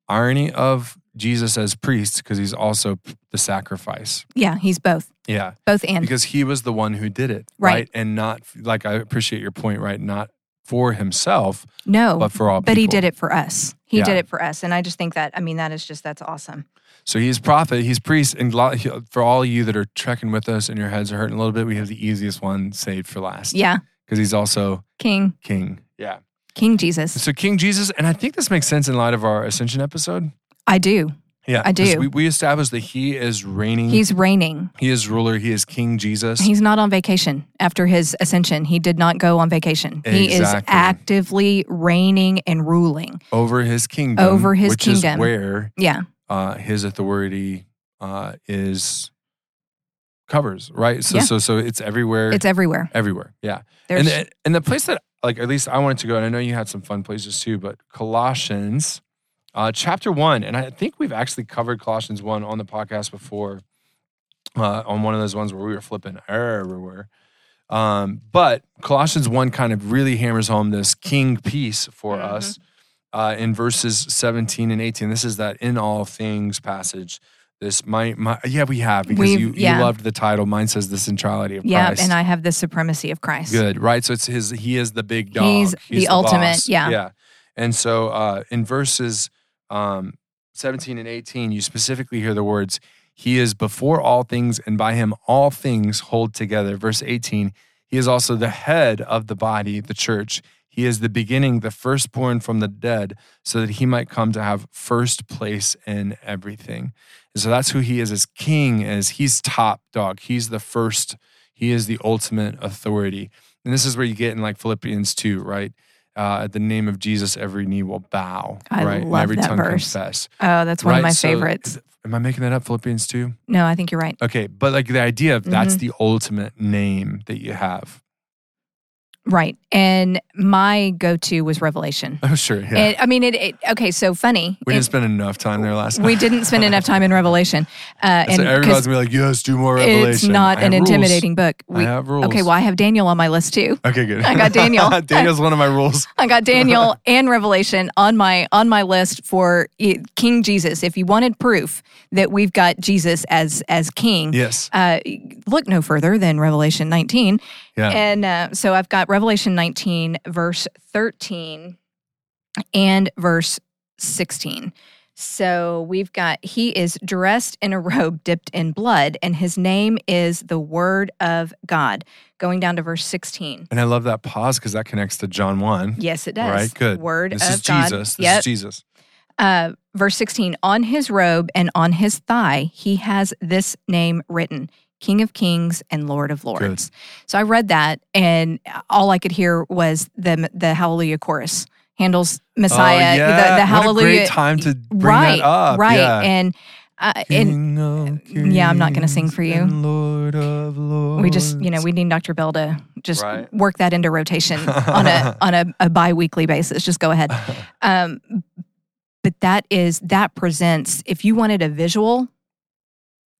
irony of Jesus as priest because he's also p- the sacrifice. yeah he's both Yeah both and because he was the one who did it Right. and not like i appreciate your point right not for himself no but for all Oh, but he people. did it for us he Yeah. did it for us and i just think that i mean that is just that's awesome so he's prophet he's priest and lo- he- for all you that are trekking with us and your heads are hurting a little bit we have the easiest one saved for last yeah because he's also king king yeah king jesus so king jesus and i think this makes sense in light of our ascension episode i do yeah I 'cause do. we, we established that he is reigning he's reigning he is ruler he is king jesus he's not on vacation after his ascension he did not go on vacation he is Exactly. actively reigning and ruling over his kingdom Over his which is kingdom. where yeah uh, his authority uh, is covers right. So Yeah. so so it's everywhere. it's everywhere everywhere. Yeah, there's and and the place that like at least I wanted to go, and I know you had some fun places too. But Colossians, uh, chapter one, and I think we've actually covered Colossians one on the podcast before, uh, on one of those ones where we were flipping everywhere. Um, but Colossians one kind of really hammers home this king piece for Mhm. us uh, in verses seventeen and eighteen. This is that in all things passage. This my my yeah we have because We've- you, yeah. you loved the title. Mine says the centrality of Yeah, uh, Christ. and I have the supremacy of Christ. Good, right? So it's his. He is the big dog. He's the ultimate, boss. yeah. yeah. And so uh, in verses um, seventeen and eighteen, you specifically hear the words, "He is before all things, and by him all things hold together." Verse eighteen, he is also the head of the body, the church. He is the beginning, the firstborn from the dead, so that he might come to have first place in everything. And so that's who he is as king, as he's top dog. He's the first, he is the ultimate authority. And this is where you get in like Philippians 2, right? Uh, at the name of Jesus, every knee will bow, I right? and love every that tongue verse. confess. Oh, that's one right? of my So- favorites. Am I making that up? Philippians 2? No, I think you're right. Okay, but like the idea of that's Mm-hmm. the ultimate name that you have. <laughs> Right. And my go to was Revelation. Oh, sure. Yeah. And, I mean, it, it, okay, so funny. we <laughs> It- didn't spend enough time there last night. we didn't spend enough time in Revelation. Uh, so and everybody's because gonna be like, yes, do more revelation. it's not I an have rules. intimidating book. I We, have rules. okay, well, I have Daniel on my list too. <laughs> Okay, good. <laughs> I got Daniel. Daniel's one of my <laughs> rules. I <laughs> got Daniel and Revelation on my on my list for eh, King Jesus. If you wanted proof that we've got Jesus as as king, Yes. uh, look no further than Revelation 19. Yeah. And uh, so I've got Revelation 19, verse 13 and verse 16. So we've got he is dressed in a <laughs> robe dipped in blood, and his name is the Word of God. Going down to verse 16. And I love that pause because that connects to John 1. Yes, it does. Right, good. Word This of is God. Jesus. This Yep. is Jesus. Uh, verse 16 On his robe and on his thigh, he has this name written King of Kings and Lord of Lords. So I read that, and all I could hear was the, the Hallelujah chorus. Handles Messiah, oh, yeah. the, the What a Hallelujah. great time to bring right, that up. right. Yeah. And, uh, and King of yeah, I'm not gonna sing kings for you. and Lord of lords. we just, you know, we need Dr. Bell to just Right. work that into rotation on <laughs> a on a, a bi-weekly basis. Just go ahead. Um, but that is that presents. If you wanted a visual,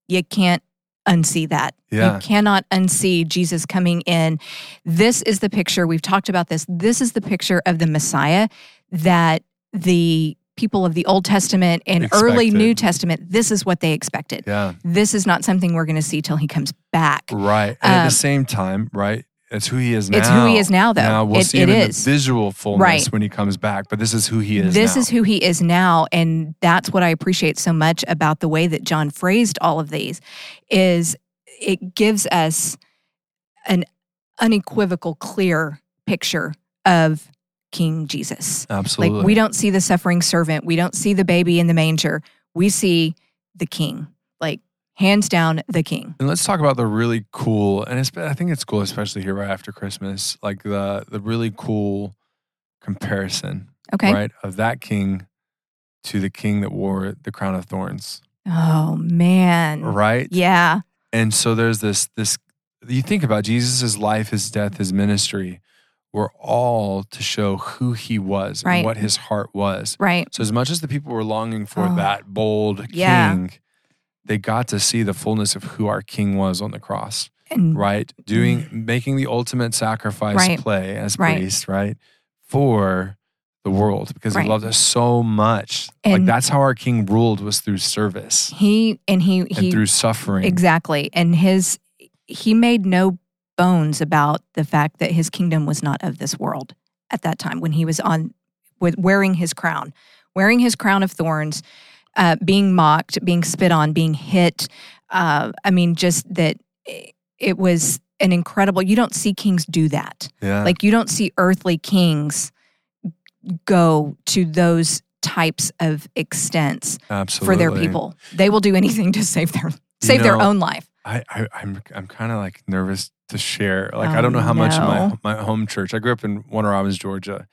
you can't unsee that. Yeah. You cannot unsee Jesus coming in. This is the picture we've talked about. This. This is the picture of the Messiah that the people of the Old Testament and early Expected. New Testament. This is what they expected. yeah, This is not something we're going to see till he comes back. right. And at Um, the same time, right, it's who he is now. It's who he is now, though. Now we'll It- see it him in is. the visual fullness Right. when he comes back, but this is who he is this now. is who he is now and that's what i appreciate so much about the way that john phrased all of these is it gives us an unequivocal clear picture of king jesus Absolutely. like we don't see the suffering servant we don't see the baby in the manger we see the king like hands down the king And let's talk about the really cool, and it's, I think it's cool, especially here right after Christmas, like the the really cool comparison, okay right, of that king to the king that wore the crown of thorns, oh man right? yeah And so there's this this you think about Jesus' life, his death, his ministry were all to show who he was Right. and what his heart was. right So as much as the people were longing for Oh. that bold Yeah. king, they got to see the fullness of who our king was on the cross and right? Doing making the ultimate sacrifice Mm. Right. play as Right. priest, right? For the world because Right. he loved us so much. like And- that's how our king ruled was through service he and he and he through suffering. Exactly. And his he made no bones about the fact that his kingdom was not of this world at that time when he was on with wearing his crown, wearing his crown of thorns, uh, being mocked, being spit on, being hit. Uh, I mean, just that i- it was an incredible. You don't see kings do that. Yeah. Like you don't see earthly kings go to those types of extents absolutely. for their people. They will do anything to save their save their know, own life. I, I I'm I'm kind of like nervous to share. Like Oh, I don't know how much my no. my home church. I grew up in Warner Robins, Georgia.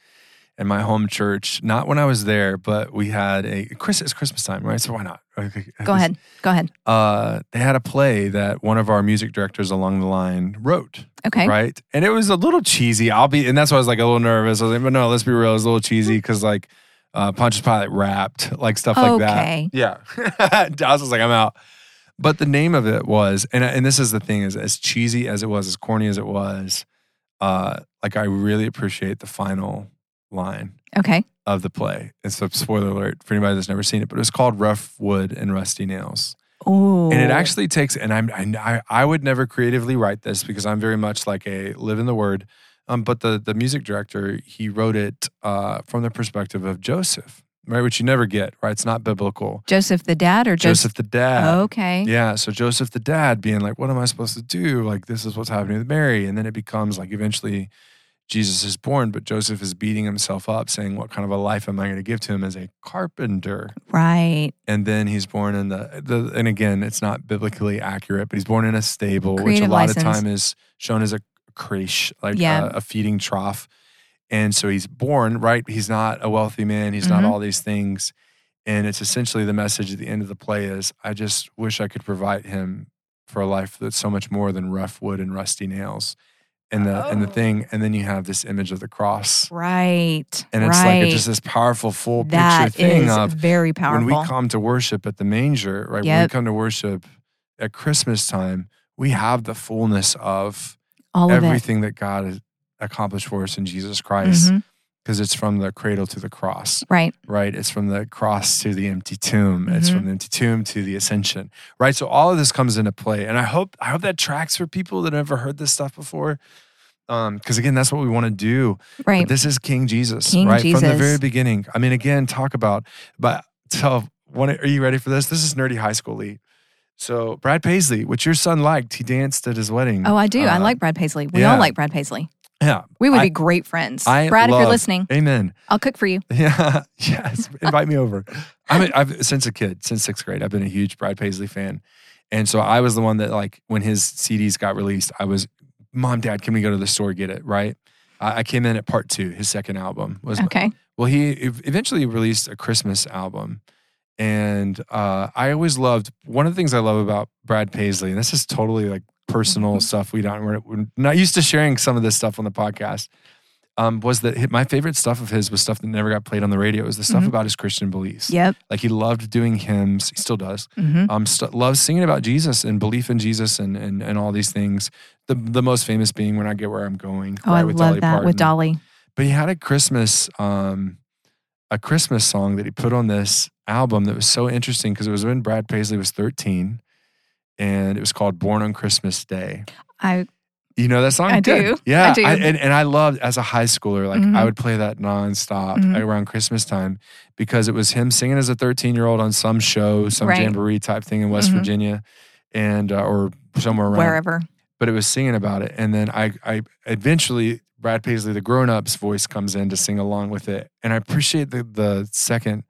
And my home church, not when I was there, but we had a Chris. It's Christmas time, right? So why not? Okay, Go ahead. Go ahead. Uh, they had a play that one of our music directors along the line wrote. Okay. Right. And it was a little cheesy. I'll be, and that's why I was like a little nervous. I was like, but no, let's be real. It was a little cheesy because like uh, Pontius Pilate rapped, like stuff like that. Okay. Yeah. <laughs> I was just like, I'm out. But the name of it was, and, and this is the thing is as cheesy as it was, as corny as it was, uh, like I really appreciate the final line Okay. of the play. And so spoiler alert for anybody that's never seen it, but it was called Rough Wood and Rusty Nails. Oh. And it actually takes, and I'm, I, I I would never creatively write this because I'm very much like a live in the word. Um, but the the music director he wrote it uh, from the perspective of Joseph, right? Which you never get, right? It's not biblical. Joseph the dad or Joseph Joseph? the dad, Oh, okay. yeah. So Joseph the dad being like, "What am I supposed to do? Like this is what's happening with Mary," and then it becomes like eventually Jesus is born, but Joseph is beating himself up, saying, "What kind of a life am I going to give to him as a carpenter?" Right. and then he's born in the, the and again it's not biblically accurate but he's born in a stable which Creative a lot license. of time is shown as a creche like uh, Yeah. a, a feeding trough and so he's born right he's not a wealthy man he's Mhm. not all these things and it's essentially the message at the end of the play is i just wish i could provide him for a life that's so much more than rough wood and rusty nails and the and the Oh. thing and then you have this image of the cross Right. and it's right. like it's just this powerful full picture That thing is of very powerful. when we come to worship at the manger, right? When we Yep. come to worship at Christmas time, we have the fullness of All of it. everything that God has accomplished for us in Jesus Christ, Mhm. because it's from the cradle to the cross, Right. right? It's from the cross to the empty tomb. It's Mhm. from the empty tomb to the ascension, right? So all of this comes into play, and I hope I hope that tracks for people that have never heard this stuff before. Um, because again, that's what we want to do. But Right. this is King Jesus, King right? From the Jesus. very beginning. I mean, again, talk about, but So, one, are you ready for this? This is nerdy high school Lee. So, Brad Paisley, which your son liked, he danced at his wedding. Oh, I do. I Um, like Brad Paisley. We yeah. all like Brad Paisley. Yeah. We would I- be great friends. I Brad, if love- you're listening, Amen. <laughs> I'll cook for you. Yeah. Yes. Invite me over. I'm a, I've since a kid, since sixth grade, I've been a huge Brad Paisley fan, and so I was the one that like when his CDs got released, I was, Mom, Dad, can we go to the store get it? Right. I, I came in at part two. His second album was Okay. well. He ev- eventually released a Christmas album, and uh, I always loved one of the things I love about Brad Paisley, and this is totally like personal Mhm. stuff. We don't we're, we're not used to sharing some of this stuff on the podcast. Um, was that hi- my favorite stuff of his was stuff that never got played on the radio. It was the stuff Mhm. about his Christian beliefs. Yep. Like he loved doing hymns. He still does. hmm Um, st- loves singing about Jesus and belief in Jesus and and and all these things. The the most famous being "When I Get Where I'm Going." Oh, right, I with love Dolly that Parton with Dolly. but he had a Christmas um a Christmas song that he put on this album that was so interesting because it was when Brad Paisley was 13 and it was called Born on Christmas Day. I You know that song? I Good. do. Yeah. I do. and, and I loved as a high schooler, like I Mhm. would play that nonstop Mhm. around Christmas time because it was him singing as a 13 year old on some show, some Right. jamboree type thing in West Mhm. Virginia and, uh, or somewhere around wherever. but it was singing about it. And then I, I eventually Brad Paisley, the grown up's voice comes in to sing along with it. And I appreciate the, the second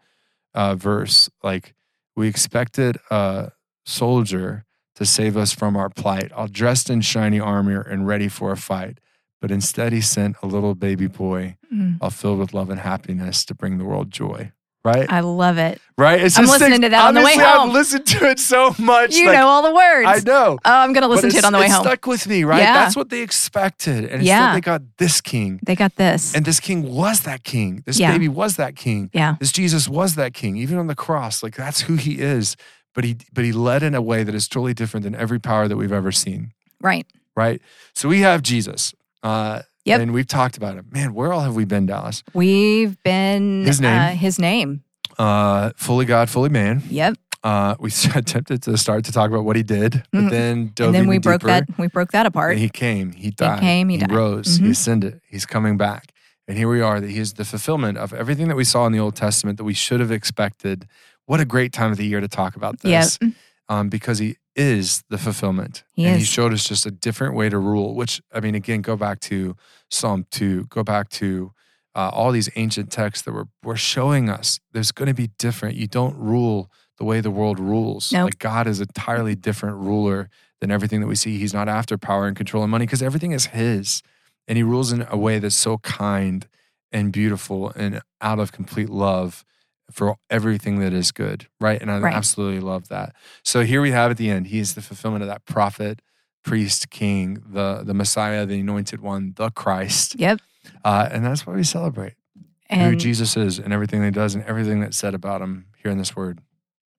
uh, verse. Like, we expected a soldier to save us from our plight, all dressed in shiny armor and ready for a fight. But instead, he sent a little baby boy, Mm. all filled with love and happiness, to bring the world joy. Right, I love it. right. It's I'm listening to that on the way honestly, home. I've listened to it so much. you like, know all the words. I know. oh, I'm gonna But listen to it it's- on the way home. Stuck with me, right? Yeah. That's what they expected, and instead Yeah. they got this king, They got this. and this king was that king. This Yeah. baby was that king. Yeah. This Jesus was that king, even on the cross. Like that's who he is. But he, but he led in a way that is totally different than every power that we've ever seen. right. Right. So we have Jesus. Uh, Yep. And we've talked about him. Man, where all have we been, Dallas? We've been His name. Uh, his name. Uh, fully God, fully man. Yep. Uh, we <laughs> attempted to start to talk about what he did, but Mhm. then dove and then even we broke deeper. that. We broke that apart. And he came, he died. came, he died. rose, Mhm. he ascended, he's coming back. And here we are, that he is the fulfillment of everything that we saw in the Old Testament that we should have expected. What a great time of the year to talk about yep. this. Um, because he is the fulfillment. He and he is. showed us just a different way to rule, which, I mean, again, go back to Psalm 2, go back to uh, all these ancient texts that were, were showing us there's going to be different. You don't rule the way the world rules. Nope. Like God is entirely different ruler than everything that we see. He's not after power and control and money because everything is his. And he rules in a way that's so kind and beautiful and out of complete love for everything that is good. Right. And I Right. absolutely love that. So here we have at the end, he is the fulfillment of that prophet, priest, king, the, the Messiah, the anointed one, the Christ. Yep. Uh, and that's why we celebrate who And Jesus is and everything that he does and everything that's said about him here in this word.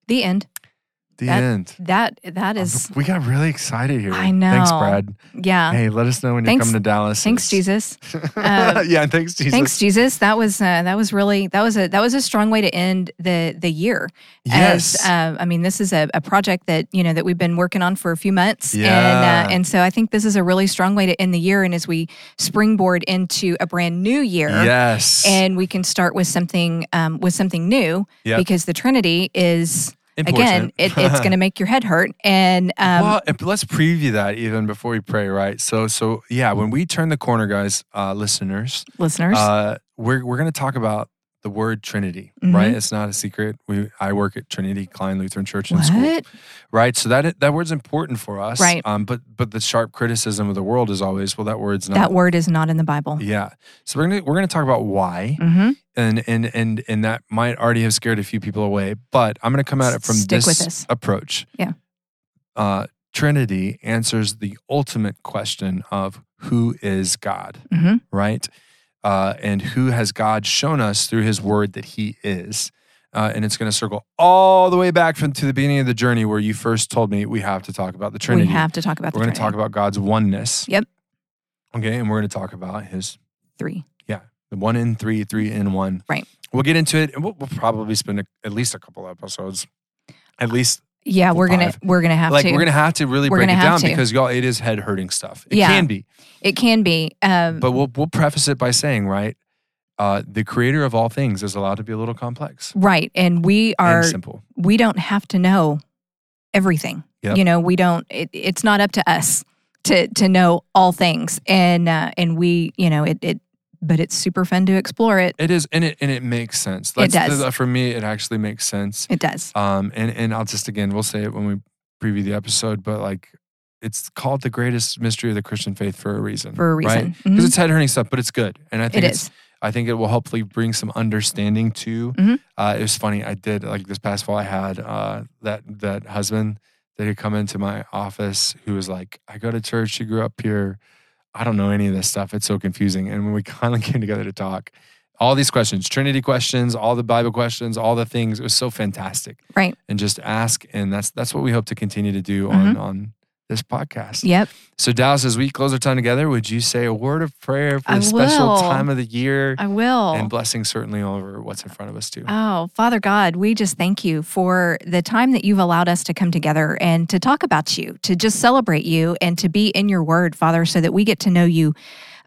the end. The That- end. That that is We got really excited here. I Thanks, know. Brad. yeah. hey, let us know when thanks- you come to Dallas. Thanks, Jesus. <laughs> Um, yeah, thanks, Jesus. Thanks, Jesus. That was uh, that was really that was a that was a strong way to end the the year. Yes. As, uh, I mean, this is a, a project that you know that we've been working on for a few months, Yeah. and uh, and so I think this is a really strong way to end the year. And as we springboard into a brand new year, yes. and we can start with something um, with something new Yep. because the Trinity is again Important. it, <laughs> it's going to make your head hurt. And um, well, and let's preview that even before we pray, right? So, so yeah, when we turn the corner, guys, uh, listeners, listeners, uh, we're we're going to talk about the word Trinity, right? Mm-hmm. It's not a secret. We I work at Trinity Klein Lutheran Church and School, what? right? So that that word's important for us, Right. Um, but but the sharp criticism of the world is always, well, that word's not. That word is not in the Bible. yeah. So we're gonna we're gonna talk about why. Mm-hmm. and and and and that might already have scared a few people away. But I'm going to come at it from Stick this with us. approach. Yeah. Uh, Trinity answers the ultimate question of who is God, Mhm. right? Uh, and who has God shown us through His Word that He is? Uh, and it's going to circle all the way back from to the beginning of the journey where you first told me we have to talk about the Trinity. We have to talk about we're the going Trinity. to talk about God's oneness. Yep. Okay, and we're going to talk about His three. the one in three, three in one. Right. We'll get into it, and we'll, we'll probably spend a, at least a couple episodes. At least, Yeah, we're going Five. to we're going to have like to. we're gonna have to really We're break it gonna have down to. because y'all, it is head hurting stuff. It Yeah. can be, it can be um but we'll we'll preface it by saying, right? uh, the creator of all things is allowed to be a little complex Right. And we are, and simple. we don't have to know everything. Yep. You know, we don't, it, it's not up to us to, to know all things. And, uh, and we, you know, it, it, but it's super fun to explore it. It is, and it and it makes sense. It That's- does. for me. It actually makes sense. It does. Um, and and I'll just again, we'll say it when we preview the episode, but like, it's called the greatest mystery of the Christian faith for a reason. For a reason. right? Mhm. Because it's head hurting stuff, but it's good, and I It think it's, is. I think it will hopefully bring some understanding to. Mhm. Uh, it was funny. I did like this past fall. I had uh, that that husband that had come into my office who was like, "I go to church. She grew up here. I don't know any of this stuff. It's so confusing." And when we <laughs> finally came together to talk, all these questions, Trinity questions, all the Bible questions, all the things. It was so fantastic. Right. And just ask, and that's that's what we hope to continue to do Mm-hmm. on on this podcast. Yep. So Dallas, as we close our time together, would you say a word of prayer for I this special will. time of the year? I will. and blessing certainly over what's in front of us too. Oh, Father God, we just thank you for the time that you've allowed us to come together and to talk about you, to just celebrate you, and to be in your word, Father, so that we get to know you.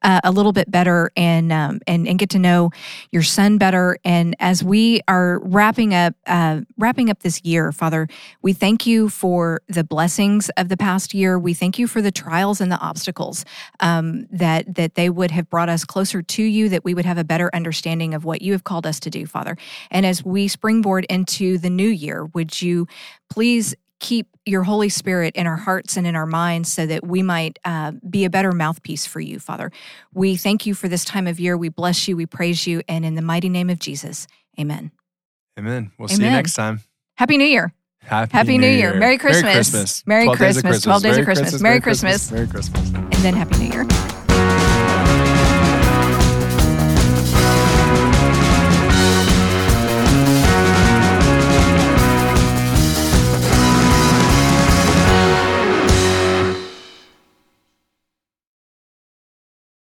Uh, a little bit better and, um, and and get to know your son better and as we are wrapping up uh, wrapping up this year father we thank you for the blessings of the past year we thank you for the trials and the obstacles um, that that they would have brought us closer to you, that we would have a better understanding of what you have called us to do, Father. And as we springboard into the new year, would you please keep your Holy Spirit in our hearts and in our minds so that we might uh, be a better mouthpiece for you, Father? We thank you for this time of year. We bless you. We praise you. And in the mighty name of Jesus, amen. Amen. We'll see you Amen. next time. Happy New Year. Happy New Year. Merry Christmas. Merry Christmas. Merry 12 days of Christmas. 12 days of Christmas. Merry Merry Christmas. Merry Christmas. And then Happy New Year.